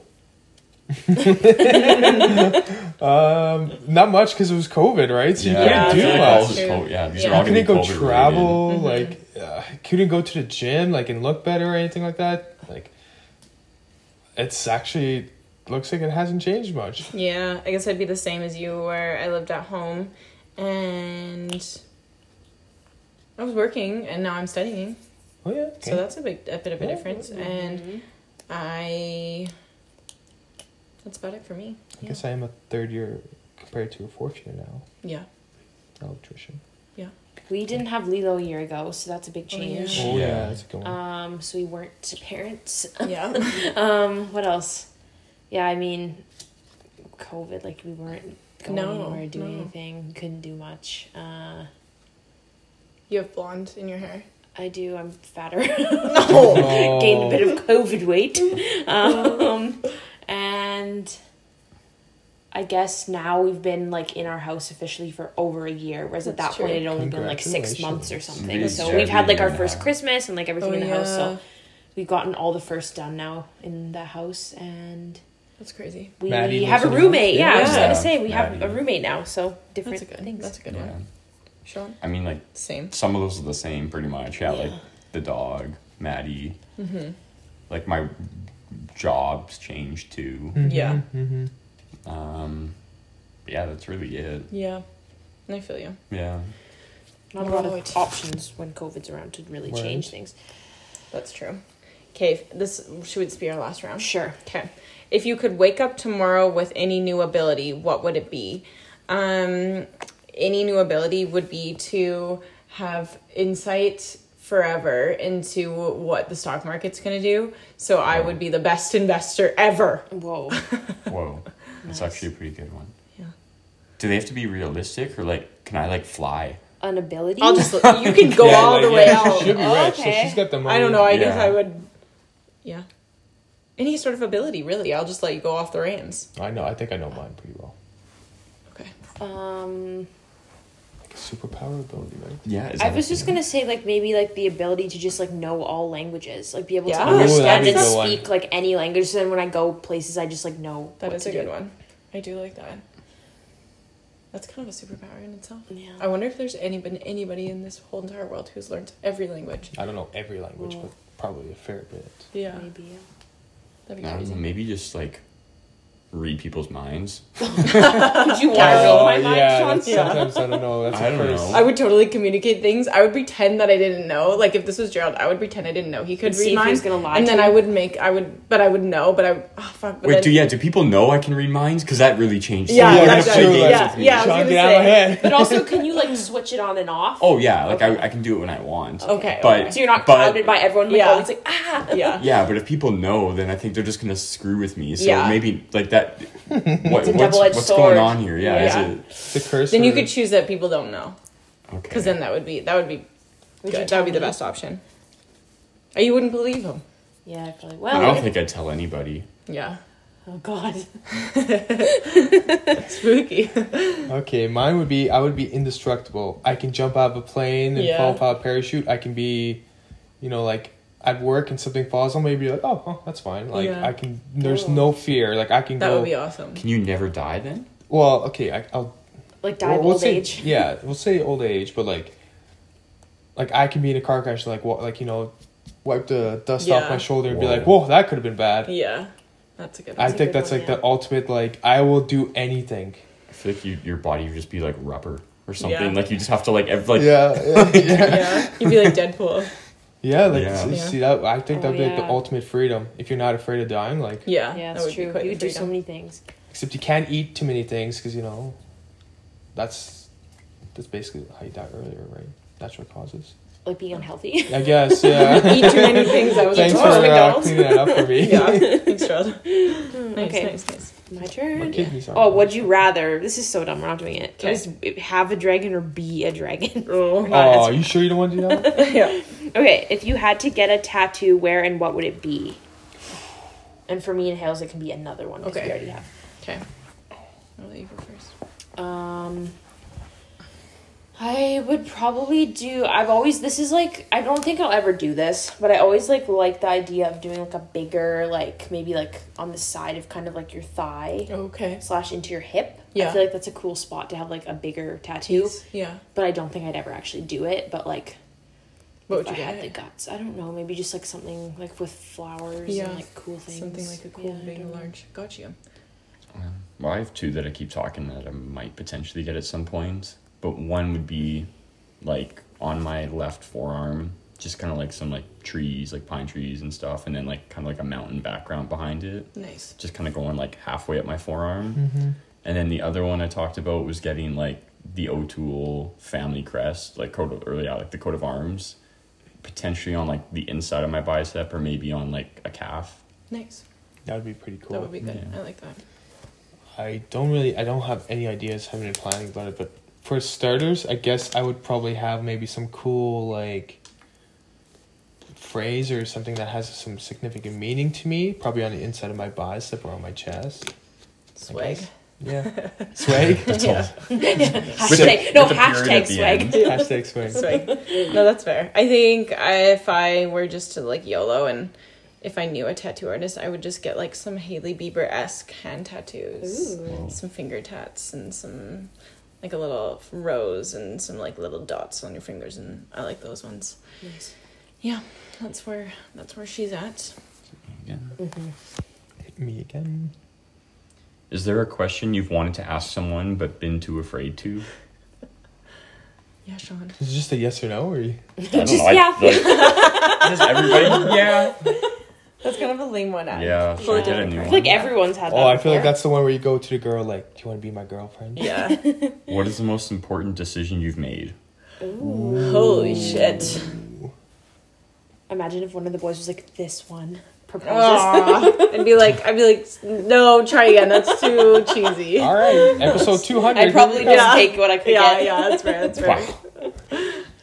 S4: um, not much because it was COVID, right? So you
S2: Yeah,
S5: I
S4: couldn't
S5: feel
S4: do
S5: like all
S4: much.
S5: this
S2: True.
S5: co- yeah, these
S2: Yeah.
S5: are all
S4: I couldn't
S5: gonna
S4: go
S5: be COVID
S4: travel, like uh, couldn't go to the gym, like and look better or anything like that. Like, it's actually looks like it hasn't changed much.
S2: Yeah, I guess I'd be the same as you where I lived at home and I was working and now I'm studying.
S4: Oh yeah,
S2: So
S4: okay.
S2: that's a big a bit of a
S4: Yeah.
S2: difference. And I that's about it for me.
S4: I guess I am a third year compared to a fourth year now.
S2: Yeah.
S4: Electrician.
S3: We didn't have Lilo a year ago, so that's a big
S2: Oh, yeah.
S3: change.
S4: Oh yeah,
S5: Yeah.
S4: that's a good one.
S3: Um, so we weren't parents.
S2: Yeah.
S3: Um, what else? Yeah, I mean, COVID. Like we weren't going
S2: No,
S3: anywhere, doing
S2: no.
S3: anything. Couldn't do much. Uh,
S2: you have blonde in your hair.
S3: I do. I'm fatter.
S4: Oh.
S3: Gained a bit of COVID weight. Um, and I guess now we've been like in our house officially for over a year, whereas at that
S2: That's
S3: point
S2: true.
S3: it had only been like six
S4: Congratulations.
S3: months or something.
S5: Really
S3: So we've had like our
S5: jarring,
S3: first
S5: yeah.
S3: Christmas and like everything
S2: Oh,
S3: in the house.
S2: yeah.
S3: So we've gotten all the first done now in the house and.
S2: That's crazy.
S3: We
S4: Maddie
S3: have a
S4: lives in the
S3: roommate.
S4: house?
S3: Yeah, I was just
S5: Yeah.
S3: gonna say we have
S5: Maddie.
S3: a roommate now, so different
S2: That's a good
S3: things.
S2: that's a good
S5: Yeah.
S2: one. Sean?
S5: I mean, like
S2: Same.
S5: some of those are the same, pretty much. Yeah, like
S3: Yeah.
S5: the dog, Maddie.
S2: Mm-hmm.
S5: Like my jobs changed too.
S2: Yeah.
S4: Mm-hmm.
S5: Um, yeah, that's really it.
S2: Yeah. I feel you.
S5: Yeah.
S3: Not a lot of
S2: Right.
S3: options when COVID's around to really
S4: Right.
S3: change things.
S2: That's true. Okay, this should be our last round.
S3: Sure.
S2: Okay. If you could wake up tomorrow with any new ability, what would it be? Um, any new ability would be to have insight forever into what the stock market's going to do. So I would be the best investor ever.
S3: Whoa.
S5: Whoa, that's actually a pretty good one.
S2: Yeah.
S5: Do they have to be realistic, or like, can I like fly?
S3: An ability.
S2: I'll just, you can go all the way out.
S4: She'll be rich, so
S3: Okay.
S4: she's got the money.
S2: I don't know. I guess
S5: Yeah.
S2: I would, yeah. Any sort of ability, really. I'll just let you go off the reins.
S4: I know. I think I know mine pretty well.
S2: Okay.
S3: um
S4: Like a superpower ability, right?
S5: Yeah. Is
S3: I
S5: that
S3: was
S5: a
S3: just
S5: thing?
S3: gonna say like maybe like the ability to just like know all languages. Like be able
S2: Yeah.
S3: to
S2: Ooh, that'd
S3: understand
S2: be
S3: and
S2: a
S4: good one.
S3: speak like any language. So then when I go places I just like know
S2: That
S3: what
S2: is
S3: to
S2: a good
S3: do.
S2: one. I do like that. That's kind of a superpower in itself.
S3: Yeah.
S2: I wonder if there's any been anybody in this whole entire world who's learned every language.
S4: I don't know every language, but
S2: Oh.
S4: probably a fair bit.
S2: Yeah,
S3: Maybe.
S2: that'd be
S5: I don't know,
S2: crazy.
S5: maybe just like read people's minds.
S2: Would you want to read my mind,
S4: yeah,
S2: Sean?
S4: that's- sometimes I don't know. That's
S5: I
S4: a
S5: don't
S4: curse.
S5: know.
S2: I would totally communicate things. I would pretend that I didn't know. Like if this was Gerald, I would pretend I didn't know he could
S3: And
S2: read
S3: see if he
S2: mine.
S3: was gonna lie
S2: and
S3: to
S2: then
S3: you.
S2: I would make. I would, but I would know. But I. Oh fuck. But
S5: Wait,
S2: then,
S5: do yeah? Do people know I can read minds? Because that really changed.
S2: Yeah,
S5: things.
S4: Yeah,
S5: You're
S2: that's
S5: gonna play
S2: true.
S5: games
S2: Yeah,
S5: with me.
S2: yeah. I was
S4: Sean,
S2: gonna
S4: get out of my
S2: say.
S4: head.
S3: But also, can you like switch it on and off?
S5: Oh yeah, like I, I can do it when I want.
S2: Okay,
S5: but
S2: okay.
S3: so you're not
S5: but,
S3: clouded by everyone. Like,
S2: Yeah.
S3: always like ah.
S2: Yeah.
S5: Yeah, but if people know, then I think they're just gonna screw with me. So
S2: Yeah.
S5: maybe like that. What, what's
S3: double-edged
S5: what's
S3: sword.
S5: going on here? Yeah,
S2: Yeah.
S5: is
S4: It's a curse.
S2: Then you
S4: or-
S2: could choose that people don't know,
S5: it okay?
S2: because then that would be that would be
S3: Would you
S2: that
S3: tell
S2: would be the
S3: me?
S2: best option. Or you wouldn't believe him.
S3: Yeah, I probably.
S5: I
S3: Well,
S5: don't
S3: if-
S5: think I'd tell anybody.
S2: Yeah,
S3: oh god.
S2: spooky.
S4: Okay, mine would be I would be indestructible. I can jump out of a plane and
S2: Yeah.
S4: fall without a parachute. I can be, you know, like at work and something falls on me, I'd be like, oh, oh, that's fine. Like
S2: Yeah.
S4: I can. There's no fear. Like I can
S2: that
S4: go.
S2: would be awesome.
S5: Can you never die then?
S4: Well, okay, I, I'll.
S3: Like
S4: we'll-
S3: die of
S4: we'll
S3: old
S4: say,
S3: age.
S4: Yeah, we'll say old age, but like, like I can be in a car crash, like what, like you know, wipe the dust
S2: Yeah.
S4: off my shoulder and be
S5: Whoa.
S4: like, whoa, that could have been bad.
S2: Yeah, that's a good. One.
S4: I
S3: a good
S4: think that's
S3: one,
S4: like
S3: yeah.
S4: the ultimate. Like I will do anything.
S5: I feel like you, your body would just be like rubber or something.
S2: Yeah.
S5: Like you just have to like ev- like
S4: yeah, yeah.
S2: yeah, you'd be like Deadpool.
S4: Yeah, like
S5: Yeah.
S4: See,
S2: Yeah.
S4: see that. I think
S3: Oh,
S4: that'd be like the
S3: yeah.
S4: ultimate freedom if you're not afraid of dying. Like,
S2: Yeah,
S3: Yeah,
S2: that
S3: that's
S2: would be
S3: true. You
S2: quite the
S3: could do so
S2: freedom.
S3: many things.
S4: except you can't eat too many things because you know, that's that's basically how you die earlier, right? Natural causes.
S3: Like being unhealthy.
S4: I guess. Yeah.
S2: Eat too many things. I was
S4: Thanks for
S2: like, oh,
S4: uh,
S2: McDonald's.
S4: cleaning that up for me.
S2: yeah, thanks, Gerald. Nice,
S3: okay.
S2: nice, nice.
S3: My turn.
S4: My kidneys aren't
S3: oh,
S4: good.
S3: would you rather? This is so dumb. We're not doing it.
S2: Okay.
S3: Just have a dragon or be a dragon.
S4: Oh, you sure you don't want to do that?
S2: yeah.
S3: okay, if you had to get a tattoo, where and what would it be? And for me and Hales, it can be another one because
S2: Okay.
S3: we already have.
S2: Okay. I'll let you go first.
S3: Um, I would probably do. I've always this is like I don't think I'll ever do this, but I always like like the idea of doing like a bigger like maybe like on the side of kind of like your thigh
S2: Okay.
S3: slash into your hip. I
S2: Yeah.
S3: feel like that's a cool spot to have like a bigger tattoo,
S2: Yeah.
S3: but I don't think I'd ever actually do it. But like
S2: What
S3: if
S2: would you
S3: I had
S2: get?
S3: the guts, I don't know. Maybe just like something like with flowers
S2: Yeah.
S3: and like cool things.
S2: Something like a cool
S3: Yeah, I
S2: big
S3: don't know.
S2: large gotcha.
S5: Well, I have two that I keep talking that I might potentially get at some point, but one would be like on my left forearm, just kind of like some like trees, like pine trees and stuff, and then like kind of like a mountain background behind it,
S2: Nice.
S5: just kind of going like halfway up my forearm.
S4: Mm-hmm.
S5: And then the other one I talked about was getting like the O'Toole family crest, like coat of, or yeah, like the coat of arms, potentially on like the inside of my bicep or maybe on like a calf.
S2: Nice.
S4: That would be pretty cool.
S2: That would be good.
S5: Yeah.
S2: I like that.
S4: I don't really. I don't have any ideas. Haven't been planning about it, but for starters, I guess I would probably have maybe some cool like phrase or something that has some significant meaning to me. Probably on the inside of my bicep or on my chest. I
S2: Swag.
S4: guess. Yeah. swag.
S5: That's all.
S3: Hashtag,
S5: With
S3: no
S5: the period at
S3: hashtag
S5: the
S3: swag.
S5: end.
S4: Hashtag swag.
S2: Swag. no, that's fair. I think I, if I were just to like YOLO and if I knew a tattoo artist, I would just get like some Haley Bieber esque hand tattoos.
S5: Wow.
S2: some finger tats and some like a little rose and some like little dots on your fingers and I like those ones.
S3: Nice.
S2: Yeah, that's where that's where she's at.
S5: Yeah.
S4: Hit me again.
S5: Is there a question you've wanted to ask someone but been too afraid to?
S2: Yeah, Sean.
S4: Is it just a yes or no? Or you...
S5: I don't
S3: Just-
S5: I-
S3: yeah.
S5: like, does everybody? Yeah.
S2: That's kind of a lame one. Adam.
S5: Yeah. Should I get a new
S3: I
S5: one?
S3: feel like everyone's had that.
S4: Oh, I feel like
S3: before.
S4: that's the one where you go to the girl like, "Do you want to be my girlfriend?"
S2: Yeah.
S5: what is the most important decision you've made?
S2: Holy shit.
S3: Imagine if one of the boys was like, "This one proposes."
S2: Aw. I'd be like, I'd be like, no, try again. That's too cheesy.
S4: All right, episode two hundred.
S3: I probably just
S2: Yeah.
S3: take what I could
S2: Yeah,
S3: get.
S2: yeah, that's fair. That's fair.
S5: Wow.
S2: I'd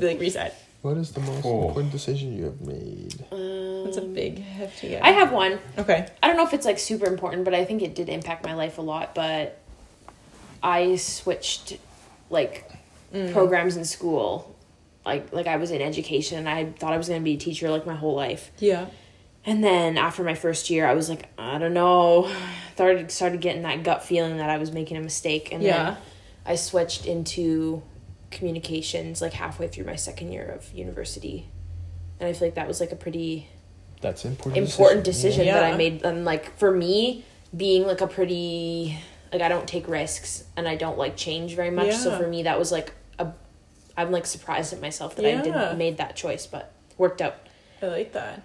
S2: be like, reset.
S4: What is the most
S5: Oh.
S4: important decision you have made?
S2: That's a big hefty.
S3: Um, I have one.
S2: Okay.
S3: I don't know if it's like super important, but I think it did impact my life a lot. But I switched like
S2: Mm. Mm-hmm.
S3: programs in school. Like like I was in education and I thought I was gonna be a teacher like my whole life.
S2: Yeah.
S3: And then after my first year, I was like, I don't know. Started started getting that gut feeling that I was making a mistake, and
S2: Yeah.
S3: then I switched into communications like halfway through my second year of university, and I feel like that was like a pretty
S4: That's important.
S3: important decision that I
S2: Yeah.
S3: made. And like for me, being like a pretty like I don't take risks and I don't like change very much. So
S2: Yeah.
S3: for me that was like a I'm like surprised at myself that I
S2: Yeah.
S3: didn't made that choice, but worked out.
S2: I like that.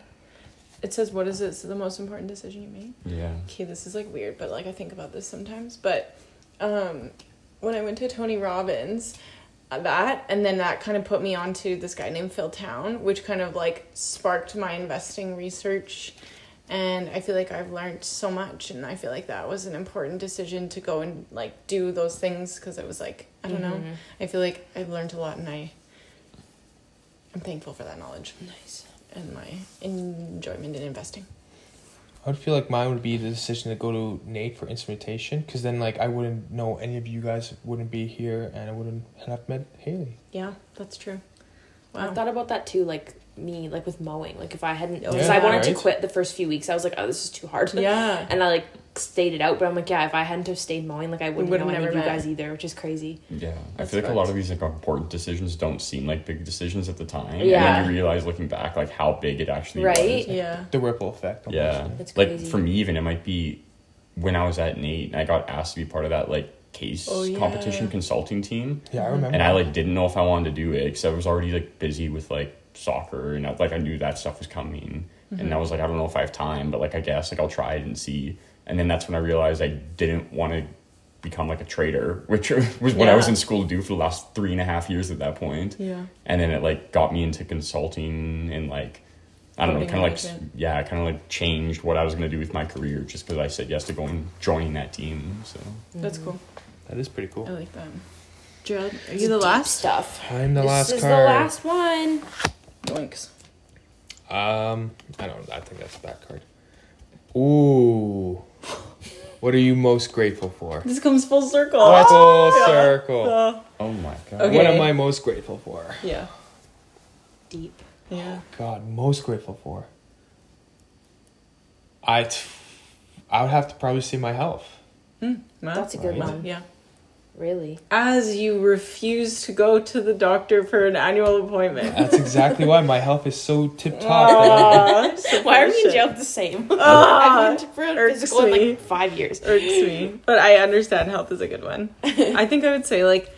S2: It says, "What is it? It's the most important decision you made."
S5: Yeah.
S2: Okay, this is like weird, but like I think about this sometimes. But um, when I went to Tony Robbins, uh, that and then that kind of put me onto this guy named Phil Town, which kind of like sparked my investing research. And I feel like I've learned so much, and I feel like that was an important decision to go and like do those things because it was like I don't know.
S3: Mm-hmm.
S2: I feel like I've learned a lot, and I I'm thankful for that knowledge. Nice. And my enjoyment in investing.
S4: I would feel like mine would be the decision to go to Nate for instrumentation, because then like I wouldn't know any of you guys wouldn't be here, and I wouldn't have met Haley.
S2: Yeah, that's true.
S3: I thought about that too, like me, like with mowing. Like if I hadn't, because
S2: Yeah,
S3: I wanted to
S4: right.
S3: quit the first few weeks, I was like, oh, this is too hard.
S2: Yeah.
S3: and I like stayed it out, but I'm like, yeah, if I hadn't have stayed mowing, like I wouldn't
S2: would've
S3: know any
S2: never
S3: of you
S2: met.
S3: guys either, which is crazy.
S5: Yeah, I
S2: That's
S5: feel like
S2: right.
S5: a lot of these like important decisions don't seem like big decisions at the time,
S3: Yeah.
S5: and then you realize looking back like how big it actually
S3: Right?
S5: was.
S2: yeah.
S4: The ripple effect. almost.
S5: Yeah,
S3: That's
S5: like
S3: crazy.
S5: for me, even it might be when I was at Nate E and I got asked to be part of that like case
S2: Oh, yeah.
S5: competition consulting team,
S4: Yeah, I remember.
S5: and I like didn't know if I wanted to do it because I was already like busy with like soccer and I, like I knew that stuff was coming,
S2: Mm-hmm.
S5: and I was like I don't know if I have time, but like I guess like I'll try it and see. And then that's when I realized I didn't want to become like a trader, which was what I was
S2: Yeah.
S5: in school to do for the last three and a half years at that point.
S2: Yeah.
S5: And then it like got me into consulting and like I don't know,
S2: Building
S5: kind of like s-
S2: management.
S5: yeah, kind of like changed what I was gonna do with my career just because I said yes to going joining that team. So
S2: That's cool.
S4: that is pretty
S2: I
S4: cool.
S2: like that. Gerald, are you
S3: It's
S2: the
S3: deep
S2: last?
S3: stuff.
S4: I'm the
S3: this
S4: last
S3: is
S4: card.
S3: the last one.
S2: Yoinks.
S4: Um, I don't. I think that's a bad card. Ooh, what are you most grateful for?
S2: This comes full circle. Uh,
S4: Full circle.
S5: oh my god,
S2: Okay.
S4: What am I most grateful for?
S2: Yeah.
S3: Deep.
S2: Yeah.
S4: God, most grateful for. I, t- I would have to probably say my health.
S2: Well,
S3: That's a good
S5: Right.
S3: one.
S2: yeah.
S3: Really.
S2: As you refuse to go to the doctor for an annual appointment.
S4: That's exactly why my health is so tip top.
S2: Aw,
S3: Why are we in
S2: suppression.
S3: jail the same? I haven't been for a
S2: irks
S3: physical in
S2: me.
S3: like five years.
S2: irks me. But I understand health is a good one. I think I would say like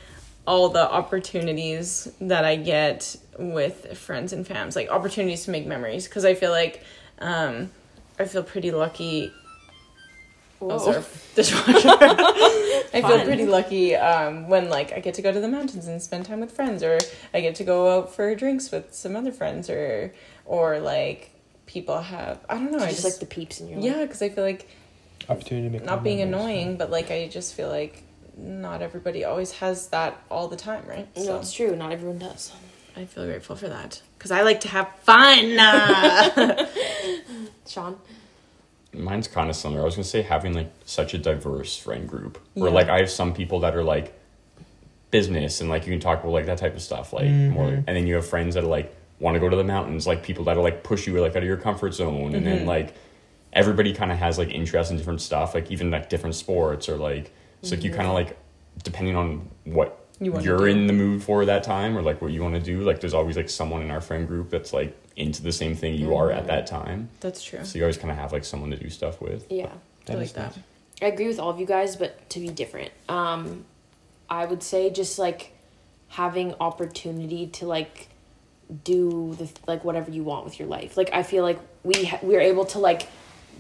S2: all the opportunities that I get with friends and fams, like opportunities to make memories, because I feel like um, I feel pretty lucky. Oh,
S3: Whoa.
S2: sorry. Dishwasher. I feel
S3: Fun.
S2: pretty lucky um, when like I get to go to the mountains and spend time with friends, or I get to go out for drinks with some other friends, or or like people have I don't know. I
S3: Just,
S2: just,
S3: like the peeps in your life.
S2: yeah, because I feel like
S4: Opportunity to make
S2: not
S4: new
S2: being
S4: memories.
S2: annoying, but like I just feel like not everybody always has that all the time, right?
S3: No,
S2: So
S3: it's true. Not everyone does.
S2: I feel grateful for that because I like to have fun.
S3: Sean?
S5: mine's kind of similar. I was gonna say having like such a diverse friend group where
S2: Yeah.
S5: like I have some people that are like business and like you can talk about like that type of stuff like
S2: Mm-hmm.
S5: more, and then you have friends that are like want to go to the mountains, like people that are like push you like out of your comfort zone,
S2: Mm-hmm.
S5: and then like everybody kind of has like interest in different stuff, like even like different sports or like it's like you kind of like depending on what
S2: Mm-hmm. You wanna
S5: you're
S2: do.
S5: in the mood for that time or like what you want to do like there's always like someone in our friend group that's like into the same thing you are
S2: Mm-hmm.
S5: at that time
S2: That's true.
S5: so you always kind of have like someone to do stuff with.
S3: Yeah.
S2: I like
S4: is
S2: that.
S3: I agree with all of you guys, but to be different. Um, I would say just like having opportunity to like do the like whatever you want with your life. Like I feel like we ha- we're able to like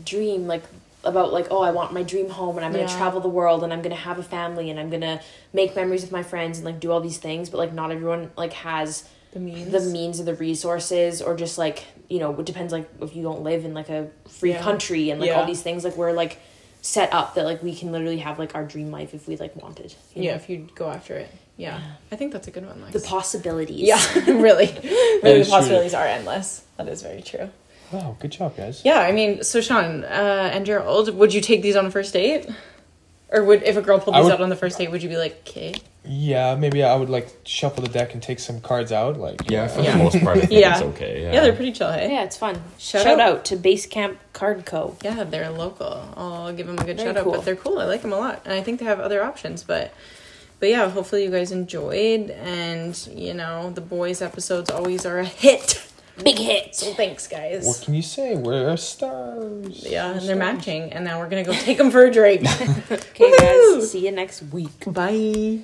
S3: dream like about like oh I want my dream home and I'm going to
S2: Yeah.
S3: travel the world and I'm going to have a family and I'm going to make memories with my friends and like do all these things, but like not everyone like has
S2: The means.
S3: the means or the resources or just like you know it depends like if you don't live in like a free
S2: Yeah.
S3: country and like
S2: Yeah.
S3: all these things like we're like set up that like we can literally have like our dream life if we like wanted you
S2: yeah,
S3: know?
S2: if you go after it. Yeah, I think that's a good one. Lex.
S3: the possibilities
S2: yeah, really, really,
S4: is
S2: the
S4: true.
S2: possibilities are endless. That is very true.
S4: Wow, good job, guys.
S2: Yeah, I mean, so Sean uh, and Gerald, would you take these on a first date? Or would if a girl pulled
S4: I
S2: these
S4: would-
S2: out on the first date, would you be like, okay?
S4: Yeah, maybe I would like shuffle the deck and take some cards out. Like,
S5: Yeah, for
S2: Yeah.
S5: the most part, I think
S2: Yeah.
S5: it's okay. Yeah.
S2: Yeah, they're pretty chill, hey?
S3: yeah it's fun shout,
S2: Shout
S3: out.
S2: out.
S3: to basecamp card co
S2: Yeah, they're local. I'll give them a good
S3: Very
S2: shout out,
S3: cool.
S2: but they're cool. I like them a lot, and I think they have other options. But, but yeah, hopefully you guys enjoyed, and you know the boys episodes always are a hit.
S3: Big hit.
S2: Thanks, guys.
S4: What can you say? We're stars.
S2: Yeah, and they're matching, and now we're gonna go take them for a drink.
S3: Okay,
S2: Woohoo!
S3: guys. See you next week.
S2: Bye.